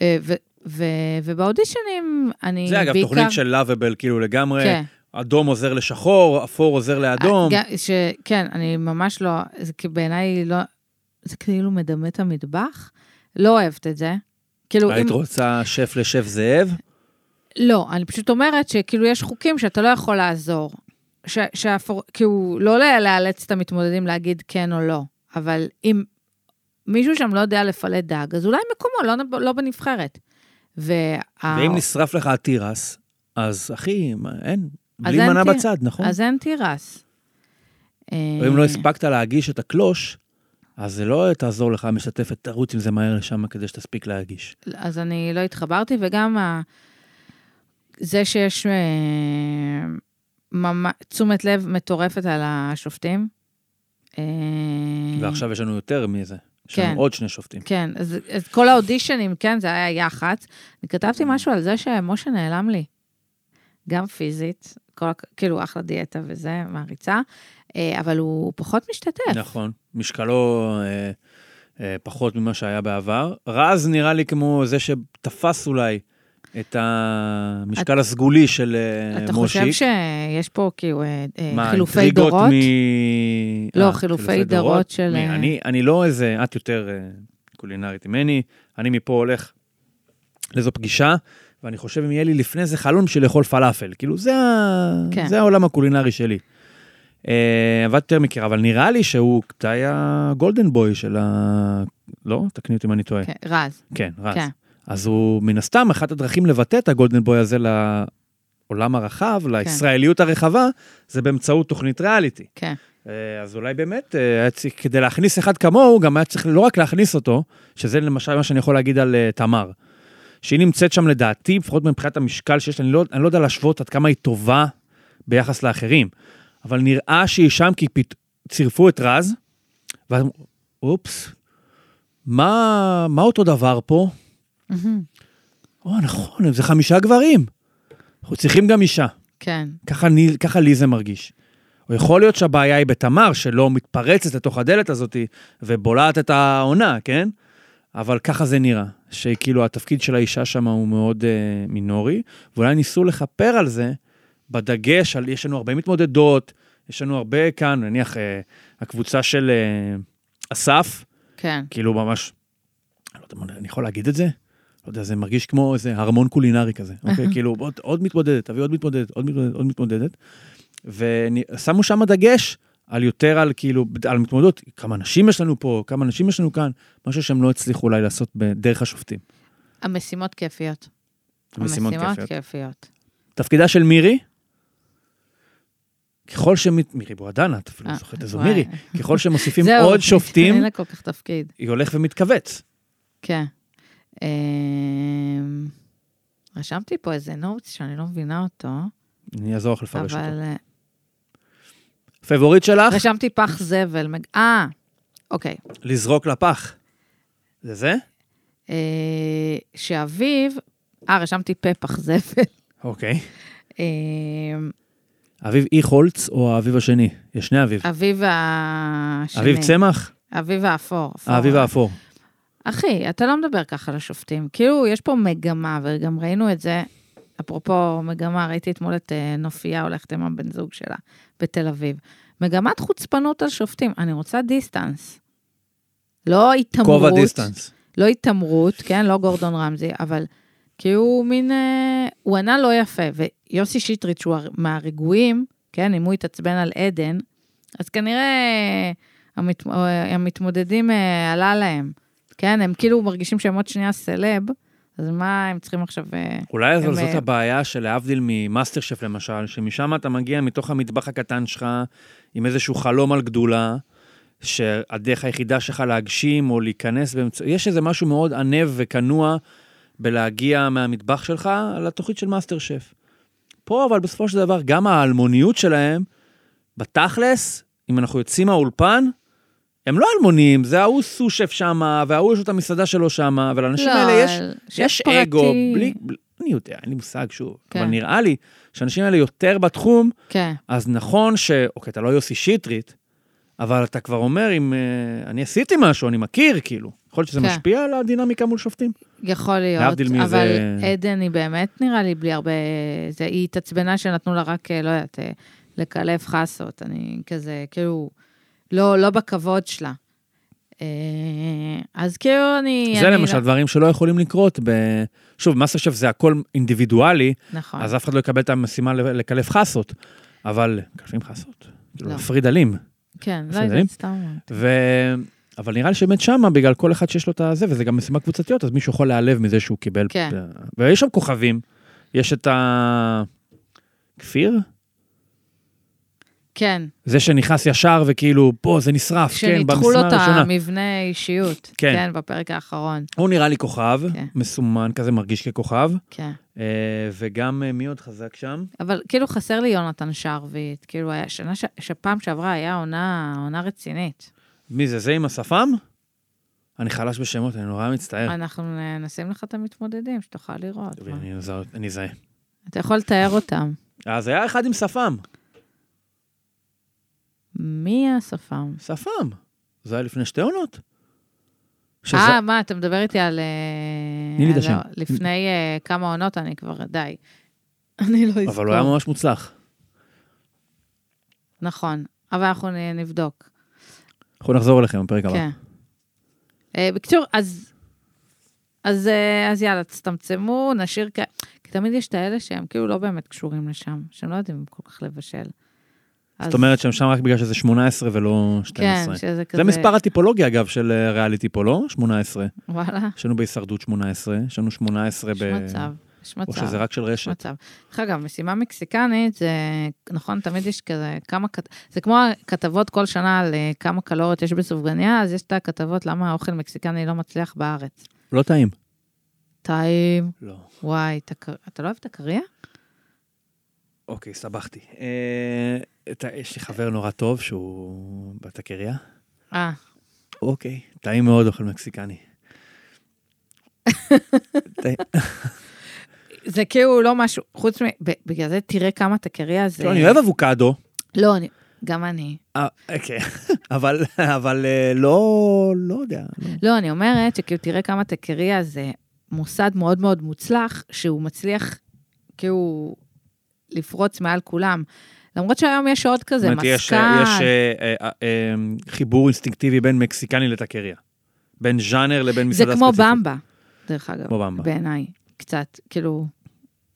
אה, ו- ו- ובאודישנים אני
זה
בעיקר...
אגב תוכנית של לאביבל, כאילו לגמרי,
כן.
אדום עוזר לשחור, אפור עוזר לאדום.
אה, גם- ש... כן, אני ממש לא, זה כי בעיניי לא, זה כאילו מדמה את המטבח, לא אוהבת את זה. כאילו, אם...
היית רוצה שף לשף זאב?
לא, אני פשוט אומרת שכאילו יש חוקים שאתה לא יכול לעזור. ש... שהפור... כאילו, לא ל- לאלץ את המתמודדים להגיד כן או לא, אבל אם מישהו שם לא יודע לפלט דג, אז אולי מקומו לא, נב- לא בנבחרת. וה...
ואם נשרף לך התירס, אז אחי, מה, אין, בלי
אין
מנה
תיר-
בצד, נכון?
אז אין תירס. אה,
או אם לא הספקת להגיש את הקלוש, אז זה לא תעזור לך, המשתתפת תרוץ עם זה מהר לשם כדי שתספיק להגיש.
אז אני לא התחברתי, וגם ה... זה שיש אה, ממ... תשומת לב מטורפת על השופטים. אה,
ועכשיו יש לנו יותר מזה. יש
כן.
לנו עוד שני שופטים.
כן, אז, אז כל האודישנים, כן, זה היה יח"צ. אני כתבתי
כן.
משהו על זה שמשה נעלם לי. גם פיזית, כל, הכ- כאילו אחלה דיאטה וזה, מעריצה, אה, אבל הוא פחות משתתף.
נכון. משקלו אה, אה, פחות ממה שהיה בעבר. רז נראה לי כמו זה שתפס אולי את המשקל הסגולי של אה, מושיק.
אתה חושב שיש פה כאילו אה, אה,
מה,
חילופי
אינטריגות
דורות?
מ...
לא,
אה,
חילופי דורות של,
מי?
אה,
אני, אני לא איזה, את יותר אה, קולינרית ממני, אני מפה הולך לאיזו פגישה, ואני חושב אם יהיה לי לפני איזה חלום של לאכול פלאפל. כאילו, זה, ה...
כן.
זה העולם הקולינרי שלי. אה, ואת יותר מכירה, אבל נראה לי שהוא די הגולדן בוי של ה... לא? תקני אותי אם אני טועה.
כן, רז.
כן, רז.
כן.
אז הוא מן הסתם, אחת הדרכים לבטא את הגולדן בוי הזה לעולם הרחב, לישראליות הרחבה, זה באמצעות תוכנית ריאליטי.
כן.
אה, אז אולי באמת, אה, היה צריך- כדי להכניס אחד כמוהו, גם היה צריך לא רק להכניס אותו, שזה למשל מה שאני יכול להגיד על אה, תמר. שהיא נמצאת שם לדעתי, לפחות מבחינת המשקל שיש לה, אני לא, אני לא יודע להשוות עד כמה היא טובה ביחס לאחרים, אבל נראה שהיא שם כי פת... צירפו את רז, ואז אמרו, אופס, מה, מה אותו דבר פה?
מהמם.
או, נכון, זה חמישה גברים. אנחנו צריכים גם אישה.
כן,
ככה, אני, ככה לי זה מרגיש. או יכול להיות שהבעיה היא בתמר, שלא מתפרצת לתוך הדלת הזאת ובולעת את העונה, כן? אבל ככה זה נראה, שכאילו התפקיד של האישה שם הוא מאוד אה, מינורי, ואולי ניסו לכפר על זה בדגש על, יש לנו הרבה מתמודדות, יש לנו הרבה כאן, נניח אה, הקבוצה של אה, אסף,
כן.
כאילו ממש, אני לא יודע, מה, אני יכול להגיד את זה? לא יודע, זה מרגיש כמו איזה ארמון קולינרי כזה, אוקיי? כאילו, עוד, עוד מתמודדת, תביא עוד מתמודדת, עוד מתמודדת, עוד מתמודדת. ושמו שם דגש על יותר על כאילו, על מתמודדות, כמה נשים יש לנו פה, כמה נשים יש לנו כאן, משהו שהם לא הצליחו אולי לעשות דרך השופטים.
המשימות כיפיות.
משימות
המשימות כן.
כיפיות.
כיפיות.
תפקידה של מירי, ככל ש... מירי בועדנה, את אפילו לא
אה,
זוכרת איזו
וואי.
מירי, ככל שמוסיפים
*laughs* זהו, לא-
עוד שופטים,
אין לה כל כך תפקיד.
היא הולך ומתכווץ.
כן. אמ, רשמתי פה איזה נוטס שאני לא מבינה אותו,
אני אעזור לך לפרש אותו.
אבל אה,
פבוריט שלך?
רשמתי פח זבל. מג- אה, אוקיי.
לזרוק לפח. זה זה?
אה, שאביו, אה, רשמתי פה פח זבל.
אוקיי.
אמ,
אביב אי חולץ או האביב השני? יש שני אביב.
אביו השני.
אביב צמח?
אביב האפור. אפור.
האביב האפור.
אחי, אתה לא מדבר ככה לשופטים. כאילו, יש פה מגמה, וגם ראינו את זה, אפרופו מגמה, ראיתי אתמול את אה, נופיה הולכת עם הבן זוג שלה בתל אביב. מגמת חוצפנות על שופטים. אני רוצה דיסטנס. לא התעמרות.
כובע דיסטנס.
לא התעמרות, כן? לא גורדון רמזי, אבל כי הוא מין... אה, הוא ענה לא יפה. ויוסי שטרית, שהוא הר- מהרגועים, כן? אם הוא התעצבן על עדן, אז כנראה המת, אה, המתמודדים אה, עלה להם. כן? הם כאילו מרגישים שהם עוד שנייה סלב, אז מה הם צריכים עכשיו... אה,
אולי אבל
הם,
זאת
אה,
הבעיה שלהבדיל ממאסטר שף למשל, שמשם אתה מגיע מתוך המטבח הקטן שלך, עם איזשהו חלום על גדולה, שהדרך היחידה שלך להגשים או להיכנס באמצע... יש איזה משהו מאוד ענב וכנוע בלהגיע מהמטבח שלך לתוכנית של מאסטר שף. פה אבל בסופו של דבר, גם האלמוניות שלהם, בתכלס, אם אנחנו יוצאים מהאולפן, הם לא אלמונים, זה ההוא סו-שף שמה, וההוא יש לו את המסעדה שלו שמה,
לא,
ולאנשים האלה יש...
אבל שף
יש
פרטי.
אגו, בלי, בלי, אני יודע, אין לי מושג שוב,
כן.
אבל נראה לי שאנשים האלה יותר בתחום,
כן,
אז נכון ש... אוקיי, אתה לא יוסי שטרית, אבל אתה כבר אומר, אם אה, אני עשיתי משהו, אני מכיר, כאילו. יכול להיות שזה
כן.
משפיע על הדינמיקה מול שופטים.
יכול להיות.
להבדיל מזה-
אבל עדן היא באמת, נראה לי, בלי הרבה... זה, היא התעצבנה שנתנו לה רק, אה, לא יודעת, אה, לקלף חסות. אני כזה, כאילו, לא, לא בכבוד שלה. אה, אז כאילו אני...
זה
אני
למשל
לא,
דברים שלא יכולים לקרות ב... שוב, מאסטר שף זה הכל אינדיבידואלי,
נכון.
אז אף אחד לא יקבל את המשימה ל- לקלף חסות, אבל... מקלפים חסות? כאילו,
לא.
להפריד עלים.
כן, לא
בסדר, אם-
יודעת, סתם. אמרתי.
ו... אבל נראה לי שבאמת שמה, בגלל כל אחד שיש לו את הזה, וזה גם משימה קבוצתיות, אז מישהו יכול להיעלב מזה שהוא קיבל.
כן.
ויש שם כוכבים, יש את ה... כפיר?
כן,
זה שנכנס ישר וכאילו, פה זה נשרף, כן,
שניתחו לו
במשימה
את
הראשונה.
המבנה אישיות.
כן.
כן, בפרק האחרון.
הוא נראה לי כוכב,
כן.
מסומן כזה, מרגיש ככוכב,
כן.
אה, וגם אה, מי עוד חזק שם?
אבל כאילו חסר לי יונתן שרביט. כאילו, היה- שנה ש... שפעם שעברה היה עונה, עונה רצינית.
מי זה, זה עם השפם? אני חלש בשמות, אני נורא מצטער.
אנחנו נ- נשים לך את המתמודדים, שתוכל לראות.
כן. טוב,
מה.
אני אזהה- אני אזהה.
אתה יכול לתאר אותם.
אז היה אחד עם שפם.
מי השפם?
שפם. זה היה לפני שתי עונות. שזה-
אה, מה, אתה מדבר איתי על... אה,
תני לי את
על
השם.
ה- לפני אה, כמה עונות אני כבר, די. *laughs* אני לא אזכור.
אבל הוא היה ממש מוצלח.
נכון, אבל אנחנו נ- נבדוק.
אנחנו נחזור אליכם בפרק הבא.
כן. אה, בקיצור, אז... אז, אה, אז יאללה, תצטמצמו, נשאיר כ... כי תמיד יש את האלה שהם כאילו לא באמת קשורים לשם, שהם לא יודעים כל כך לבשל.
זאת אומרת שהם שם רק בגלל שזה 18 ולא 12.
כן, שזה כזה...
זה מספר הטיפולוגיה, אגב, של אה, ריאליטי פה, לא? 18.
וואלה,
יש לנו בהישרדות 18, יש לנו 18 ב...
יש מצב, יש מצב.
או שזה רק של
יש
רשת.
מצב. דרך אגב, משימה מקסיקנית, זה נכון, תמיד יש כזה כמה, כת- זה כמו הכתבות כל שנה על אה, כמה קלוריות יש בסופגניה, אז יש את הכתבות למה האוכל מקסיקני לא מצליח בארץ.
לא טעים.
טעים,
לא.
וואי, תק- אתה לא אוהב את הקריה?
אוקיי, סבכתי. אה, אתה- יש לי חבר נורא טוב שהוא בתקריה.
אה,
אוקיי. טעים מאוד אוכל מקסיקני.
*laughs*
טעים.
זה כאילו לא משהו, חוץ מ... ב- בגלל זה תראה כמה תקריה זה...
לא, אני אוהב אבוקדו.
לא, אני... גם אני.
אה, אוקיי. *laughs* אבל, אבל אה, לא, לא יודע. לא.
לא, אני אומרת שכאילו תראה כמה תקריה זה מוסד מאוד מאוד מוצלח, שהוא מצליח כאילו לפרוץ מעל כולם. למרות שהיום יש עוד
זאת
כזה,
אומרת, יש,
מסקן.
אה, יש אה, אה, אה, אה, חיבור אינסטינקטיבי בין מקסיקני לטקריה. בין ז'אנר לבין
זה
מסעדה
כמו
ספציפית.
במבה, דרך אגב.
כמו במבה.
בעיניי, קצת, כאילו,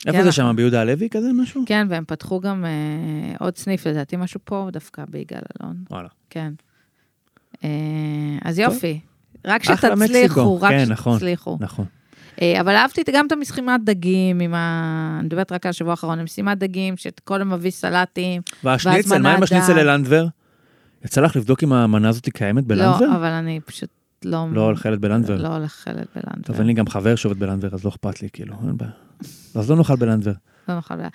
איפה
יאללה.
זה שם, ביהודה הלוי כזה משהו?
כן, והם פתחו גם אה, עוד סניף, לדעתי משהו פה דווקא ביגאל אלון,
וואלה.
כן. אה, אז יופי, רק
אחלה
שתצליחו,
מקסיקו.
רק
כן, נכון,
שתצליחו.
נכון.
אה, אבל אהבתי גם את המשימת דגים עם ה... אני מדברת רק על השבוע האחרון, המשימת דגים, שקודם מביא סלטים.
והשניצל, מה עם
מנה
השניצל
דק.
ללנדבר? יצא לך לבדוק אם המנה הזאת קיימת בלנדבר?
לא, אבל אני פשוט לא...
לא אוכלת בלנדבר.
לא הולכת בלנדבר.
טוב, אין לי גם חבר שעובד בלנדבר, אז לא אכפת לי, כאילו, אין בעיה. אז לא נאכל בלנדבר.
לא נוכל... לה-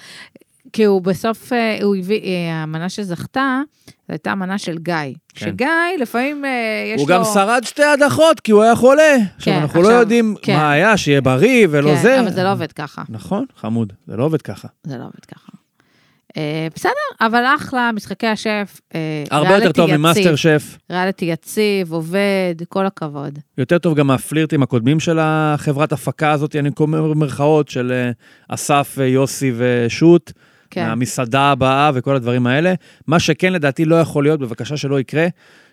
כי הוא בסוף, אה, הוא הביא, אה, המנה שזכתה, זו הייתה המנה של גיא. שגיא, לפעמים אה, יש
כן. הוא
לו... כן,
גם שרד שתי הדחות, כי הוא היה חולה. עכשיו, אנחנו לא
עכשיו,
יודעים
כן.
מה היה, שיהיה בריא ולא
כן,
זה.
אבל זה לא עובד ככה.
נכון, חמוד, זה לא עובד ככה.
זה לא עובד ככה. אה, בסדר, אבל אחלה, משחקי השף. אה,
הרבה יותר
ריאליטי
טוב
יציב.
ממאסטר שף,
ריאליטי יציב, עובד, כל הכבוד.
יותר טוב גם מהפלירטים הקודמים של החברת הפקה הזאת, אני אומר במרכאות, של אה, אסף, אה, יוסי ושות'.
כן.
מהמסעדה הבאה וכל הדברים האלה. מה שכן, לדעתי, לא יכול להיות, בבקשה שלא יקרה,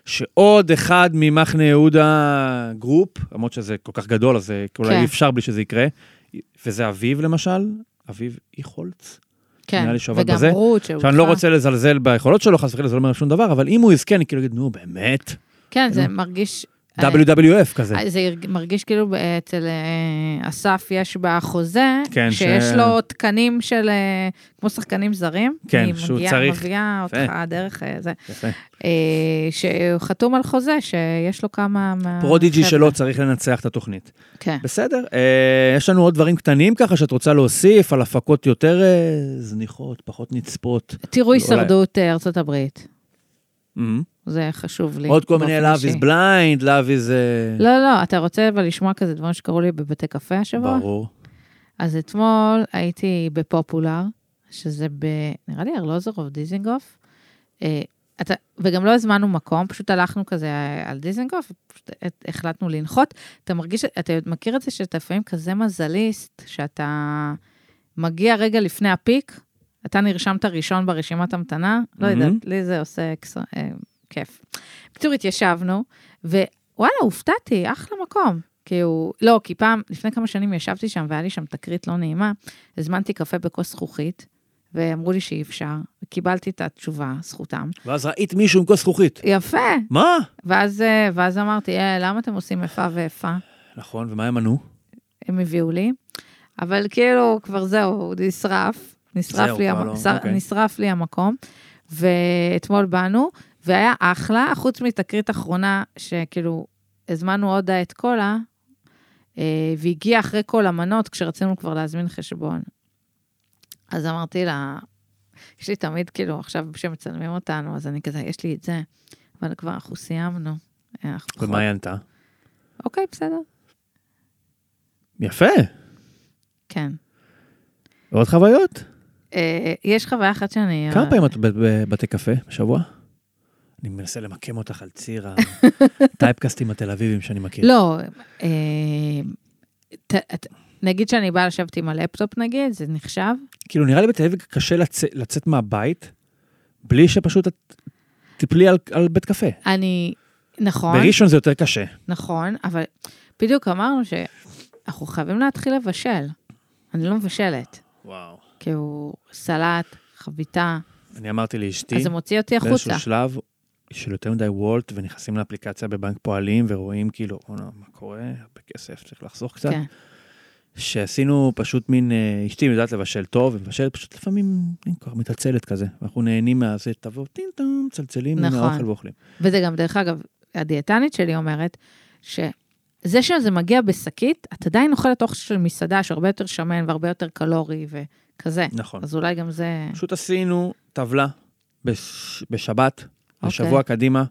שעוד אחד ממחנה יהודה גרופ, למרות שזה כל כך גדול, אז אה, אולי
כן.
אי אפשר בלי שזה יקרה, וזה אביב למשל, אביב איכולץ.
כן,
נראה לי שעבד
וגם
בזה.
רות, שהוא
עכשיו, אני לא
איתך.
רוצה לזלזל ביכולות שלו, חס וחלילה, זה לא אומר שום דבר, אבל אם הוא יזכה, אני כאילו אגיד, נו, באמת,
כן,
אה,
זה מרגיש...
WWF כזה.
אה, זה ירג- מרגיש כאילו ב- אצל אה, אסף יש בחוזה,
כן, ש-
שיש לו תקנים של, אה, כמו שחקנים זרים.
כן,
אני
שהוא
מגיעה-
צריך-
מביאה
יפה.
אותך דרך אה, זה.
יפה.
אה, שהוא חתום על חוזה, שיש לו כמה... מה-
פרודיג'י
חבר'ה.
שלו צריך לנצח את התוכנית.
כן.
בסדר, אה, יש לנו עוד דברים קטנים ככה שאת רוצה להוסיף על הפקות יותר אה, זניחות, פחות נצפות.
תראו
אולי.
הישרדות אה, ארצות הברית,
מהמם.
זה חשוב לי.
עוד כל מיני
Mm-hmm. באופן
Love
אישי.
is blind, Love is... אה,
לא, לא, אתה רוצה אבל לשמוע כזה דברים שקרו לי בבתי קפה השבוע?
ברור.
אז אתמול הייתי בפופולר, שזה ב... נראה לי ארלוזורוב דיזינגוף. אה, אתה, וגם לא הזמנו מקום, פשוט הלכנו כזה על דיזינגוף, פשוט הת- החלטנו לנחות. אתה מרגיש, אתה מכיר את זה שאתה לפעמים כזה מזליסט, שאתה מגיע רגע לפני הפיק, אתה נרשמת ראשון ברשימת המתנה, לא
מהמם.
יודעת, לי זה עושה אקס- אה, כיף. בקיצור, התיישבנו, ווואלה, הופתעתי, אחלה מקום. כי הוא, לא, כי פעם, לפני כמה שנים ישבתי שם והיה לי שם תקרית לא נעימה, הזמנתי קפה בכוס זכוכית, ואמרו לי שאי אפשר, וקיבלתי את התשובה, זכותם.
ואז ראית מישהו עם כוס זכוכית.
יפה.
מה?
ואז, אה, ואז אמרתי, אה, למה אתם עושים איפה ואיפה?
נכון, ומה הם ענו?
הם הביאו לי. אבל כאילו, כבר זהו, הוא נשרף. נשרף,
זהו,
לי,
כבר
המ...
לא,
שר...
אוקיי.
נשרף לי המקום. ואתמול באנו, והיה אחלה, חוץ מתקרית אחרונה, שכאילו, הזמנו עוד דיאט קולה, אה, והגיע אחרי כל המנות, כשרצינו כבר להזמין חשבון. אז אמרתי לה, יש לי תמיד, כאילו, עכשיו כשמצלמים אותנו, אז אני כזה, יש לי את זה. אבל כבר אנחנו סיימנו. אה, אנחנו
ומה היא ענתה?
אוקיי, בסדר.
יפה,
כן.
עוד חוויות.
אה, יש חוויה אחת שאני... אה,
כמה פעמים את ב- בבתי קפה בשבוע? אני מנסה למקם אותך על ציר
*laughs*
הטייפקאסטים התל אביבים שאני מכיר.
לא, אה, ת- את- נגיד שאני באה לשבת עם הלפטופ נגיד, זה נחשב?
כאילו, נראה לי בתל אביב קשה לצ- לצאת מהבית בלי שפשוט את תיפלי על- על בית קפה.
אני... נכון,
בראשון זה יותר קשה.
נכון, אבל בדיוק אמרנו שאנחנו חייבים להתחיל לבשל. אני לא מבשלת,
וואו.
כאילו סלט, חביתה,
אני אמרתי לאשתי,
אז זה מוציא אותי החוצה.
באיזשהו שלב של יותר מדי וולט, ונכנסים לאפליקציה בבנק פועלים, ורואים כאילו, "אונה, מה קורה, הרבה כסף, צריך לחסוך קצת.
כן.
שעשינו פשוט מין, אה, אשתי יודעת לבשל טוב, ומבשלת פשוט לפעמים, אין כבר מתעצלת כזה. אנחנו נהנים מהזה, תבוא טינטום, מצלצלים, הנה
נכון.
האוכל ואוכלים.
וזה גם, דרך אגב, הדיאטנית שלי אומרת, שזה שזה מגיע בשקית, את עדיין אוכלת אוכל של מסעדה שהרבה יותר שמן והרבה יותר קלורי וכזה.
נכון.
אז אולי גם זה...
פשוט עשינו טבלה בש... בשבת, okay.
אוקיי.
לשבוע קדימה,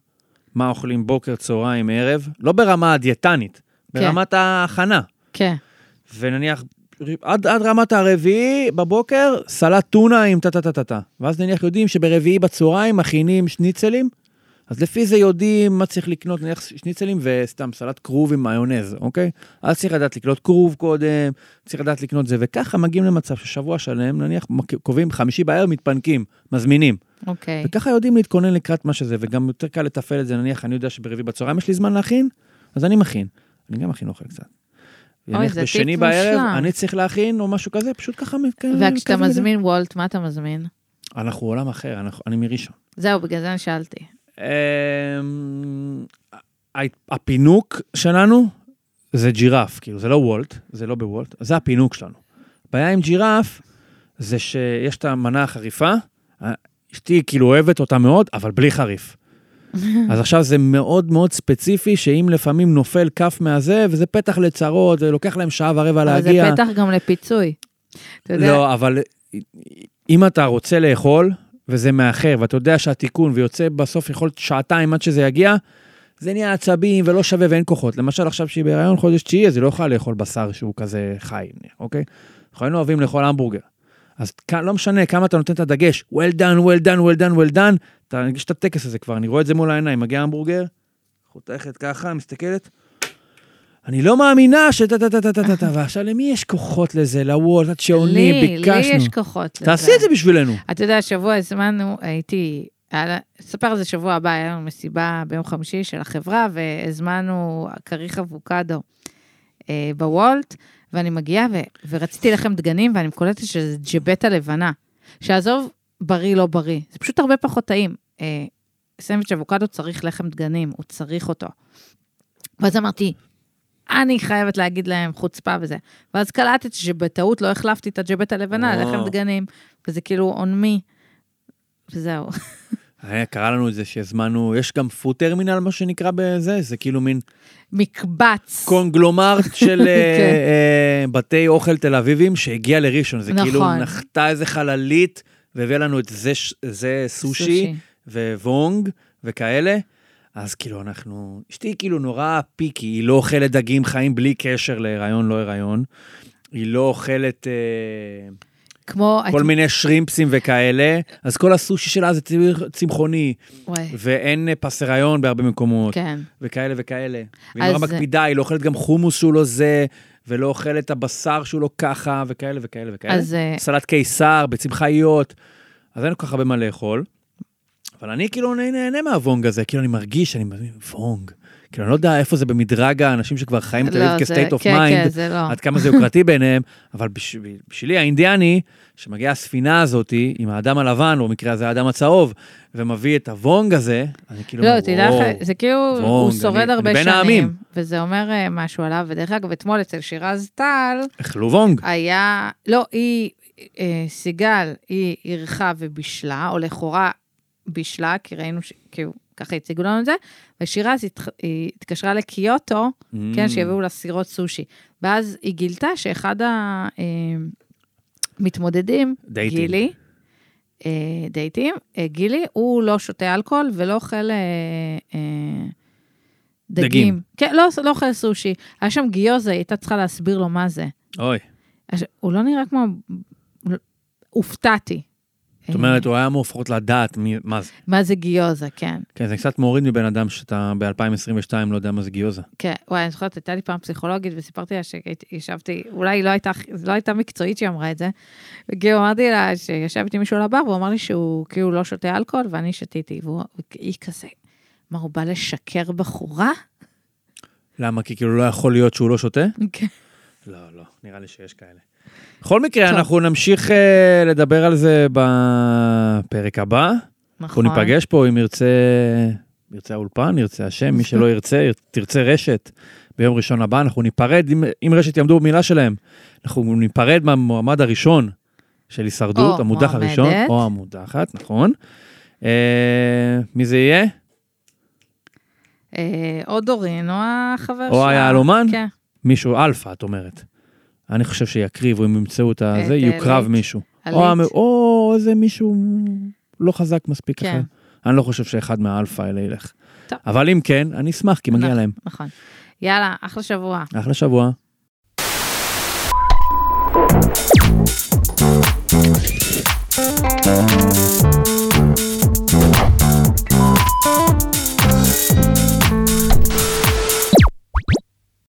מה אוכלים בוקר, צהריים, ערב, לא ברמה הדיאטנית, ברמת ההכנה.
כן.
ונניח, עד, עד רמת הרביעי בבוקר, סלט טונה עם טה-טה-טה-טה. ואז נניח יודעים שברביעי בצהריים מכינים שניצלים, אז לפי זה יודעים מה צריך לקנות, נניח שניצלים וסתם סלט כרוב עם מיונז, אוקיי? אז צריך לדעת לקנות כרוב קודם, צריך לדעת לקנות זה, וככה מגיעים למצב ששבוע שלם, נניח מק- קובעים חמישי בערב, מתפנקים, מזמינים.
אוקיי.
וככה יודעים להתכונן לקראת מה שזה, וגם יותר קל לתפעל את זה, נניח, אני יודע שברביעי בצהריים יש לי זמן להכין, אז אני מכין. אני גם מכין אוכל קצת.
אוי,
נניח
זה טיפ
בשני בערב,
מושלם.
אני צריך להכין או משהו כזה, פשוט ככה... מ-
וכשאתה
כזה
מזמין וולט, מה אתה מזמין?
מדי. אנחנו עולם אחר, אנחנו- אני מראשון.
זהו, בגלל זה אני שאלתי.
אמ, ה- הפינוק שלנו זה ג'ירף, כאילו, זה לא וולט, זה לא בוולט, זה הפינוק שלנו. הבעיה עם ג'ירף זה שיש את המנה החריפה, אה, אשתי כאילו אוהבת אותה מאוד, אבל בלי
*laughs*
חריף. אז עכשיו זה מאוד מאוד ספציפי, שאם לפעמים נופל כף מהזה, וזה פתח לצרות, ולוקח להם שעה ורבע
אבל זה
להגיע.
פתח גם לפיצוי. אתה יודע,
לא, אבל אם אתה רוצה לאכול, וזה מאחר, ואתה יודע שהתיקון, ויוצא בסוף יכול להיות שעתיים עד שזה יגיע, זה נהיה עצבים ולא שווה ואין כוחות. למשל, עכשיו שהיא בהיריון חודש תשיעי, אז היא לא יכולה לאכול בשר שהוא כזה חי, אוקיי? אנחנו היינו אוהבים לאכול המבורגר. אז כ- לא משנה כמה אתה נותן את הדגש, well done, well done, well done, well done, אתה מרגיש את הטקס הזה כבר, אני רואה את זה מול העיניים, מגיע המבורגר, חותכת ככה, מסתכלת, אני לא מאמינה שטה טה טה טה טה טה טה, ועכשיו למי יש כוחות לזה? לוולט, הצ'עונים,
לי, לי יש
ביקשנו.
כוחות. לזה.
תעשי את זה בשבילנו.
אתה יודע, השבוע הזמנו, הייתי, היה לה- ספר על זה שבוע הבא, היה לנו מסיבה ביום חמישי של החברה, והזמנו כריך אבוקדו אה, בוולט, ואני מגיעה ו, ורציתי לחם דגנים, ואני קולטת שזה ג'בטה לבנה. שעזוב, בריא לא בריא, זה פשוט הרבה פחות טעים. אה, סנדוויץ' אבוקדו צריך לחם דגנים, הוא צריך אותו. ואז אמרתי, אני חייבת להגיד להם חוצפה וזה. ואז קלטת שבטעות לא החלפתי את הג'בט הלבנה,
וואו.
לחם דגנים, וזה כאילו on me. וזהו. *laughs*
היה, אה, קרה לנו את זה שהזמנו, יש גם פוד טרמינל, מה שנקרא בזה, זה כאילו מין
מקבץ.
קונגלומרט של אה,
*laughs* כן.
אה, בתי אוכל תל אביבים שהגיע לראשון, זה כאילו
נכון.
נחתה איזה חללית, והביאה לנו את זה ש- זה סושי, ווונג וכאלה. אז כאילו אנחנו, אשתי כאילו נורא פיקי, היא לא אוכלת דגים חיים בלי קשר להיריון, לא הריון. היא לא אוכלת אה,
כמו...
כל מיני שרימפסים וכאלה, אז כל הסושי שלה זה צמח- צמחוני,
וואי,
ואין אה, פס הריון בהרבה מקומות,
כן.
וכאלה וכאלה. והיא
אז-
נורא מקפידה, היא לא אוכלת גם חומוס שהוא לא זה, ולא אוכלת את הבשר שהוא לא ככה, וכאלה וכאלה וכאלה.
אז אה,
סלט קיסר, ביצים חיות, אז אין כל כך הרבה מה לאכול. אבל אני כאילו נה- נהנה מהוונג הזה, כאילו אני מרגיש, אני מבין, וונג. כאילו, אני לא יודע איפה זה במדרג האנשים שכבר חיים בתל
לא,
אביב
זה...
כסטייט אוף
כן, כן,
מיינד,
זה לא.
עד כמה זה יוקרתי ביניהם, אבל בשביל- בשבילי האינדיאני, שמגיעה הספינה הזאת עם האדם הלבן, או במקרה הזה האדם הצהוב, ומביא את הוונג הזה, אני כאילו,
לא,
אומר,
תדע
"וואו".
לך, זה כאילו,
וונג,
הוא
אני-
שורד
אני
הרבה
בין העמים.
שנים, וזה אומר אה, משהו עליו, ודרך אגב, אתמול אצל שירז טל,
אכלו וונג.
היה, לא, היא, אה, סיגל, היא אירחה ובישלה, או לכאורה בישלה, כי ראינו, ש- כאילו, ככה הציגו לנו את זה, ושירז התח- היא התקשרה לקיוטו,
Mm.
כן, שיביאו לה סירות סושי. ואז היא גילתה שאחד אה, המתמודדים,
דייטים.
גילי, אה, דייטים, אה, גילי, הוא לא שותה אלכוהול ולא אוכל אה, אה, דגים.
דגים.
כן, לא, לא אוכל סושי. היה שם גיוזה, היא הייתה צריכה להסביר לו מה זה.
אוי,
אז הוא לא נראה כמו... הופתעתי. אה.
זאת אומרת, הוא היה אמור לפחות לדעת מי- מה זה.
מה זה גיוזה, כן.
כן, זה קצת מוריד מבן אדם שאתה ב-2022 לא יודע מה זה גיוזה.
כן, וואי, אני זוכרת, הייתה לי פעם פסיכולוגית, וסיפרתי לה שישבתי, אולי היא לא הייתה, הכי- לא הייתה מקצועית שהיא אמרה את זה. כאילו, אמרתי לה שישבתי עם מישהו על הבר, והוא אמר לי שהוא כאילו לא שותה אלכוהול, ואני שתיתי, והיא כזה, מה, הוא בא לשקר בחורה?
למה? כי כאילו לא יכול להיות שהוא לא שותה?
כן.
לא, לא, נראה לי שיש כאלה. בכל מקרה,
טוב.
אנחנו נמשיך אה, לדבר על זה בפרק הבא. אנחנו
נכון.
ניפגש פה אם ירצה, ירצה האולפן, ירצה השם, מי שלא ירצה, יר- תרצה רשת. ביום ראשון הבא אנחנו ניפרד, אם, אם רשת יעמדו במילה שלהם, אנחנו ניפרד מהמועמד הראשון של הישרדות,
או
המודח
מועמדת.
הראשון, או המודחת, נכון. אה, מי זה יהיה?
אה, או דורין, או החבר
או היהלומן?
כן.
מישהו אלפא, את אומרת. אני חושב שיקריבו, אם ימצאו את הזה,
אה,
יוקרב
עילית.
מישהו. או, המ...
עלית.
או איזה מישהו לא חזק מספיק
כן.
אחר. אני לא חושב שאחד מהאלפא האלה ילך.
טוב.
אבל אם כן, אני אשמח, כי מגיע
נכון,
להם.
נכון. יאללה, אחלה שבוע.
אחלה שבוע.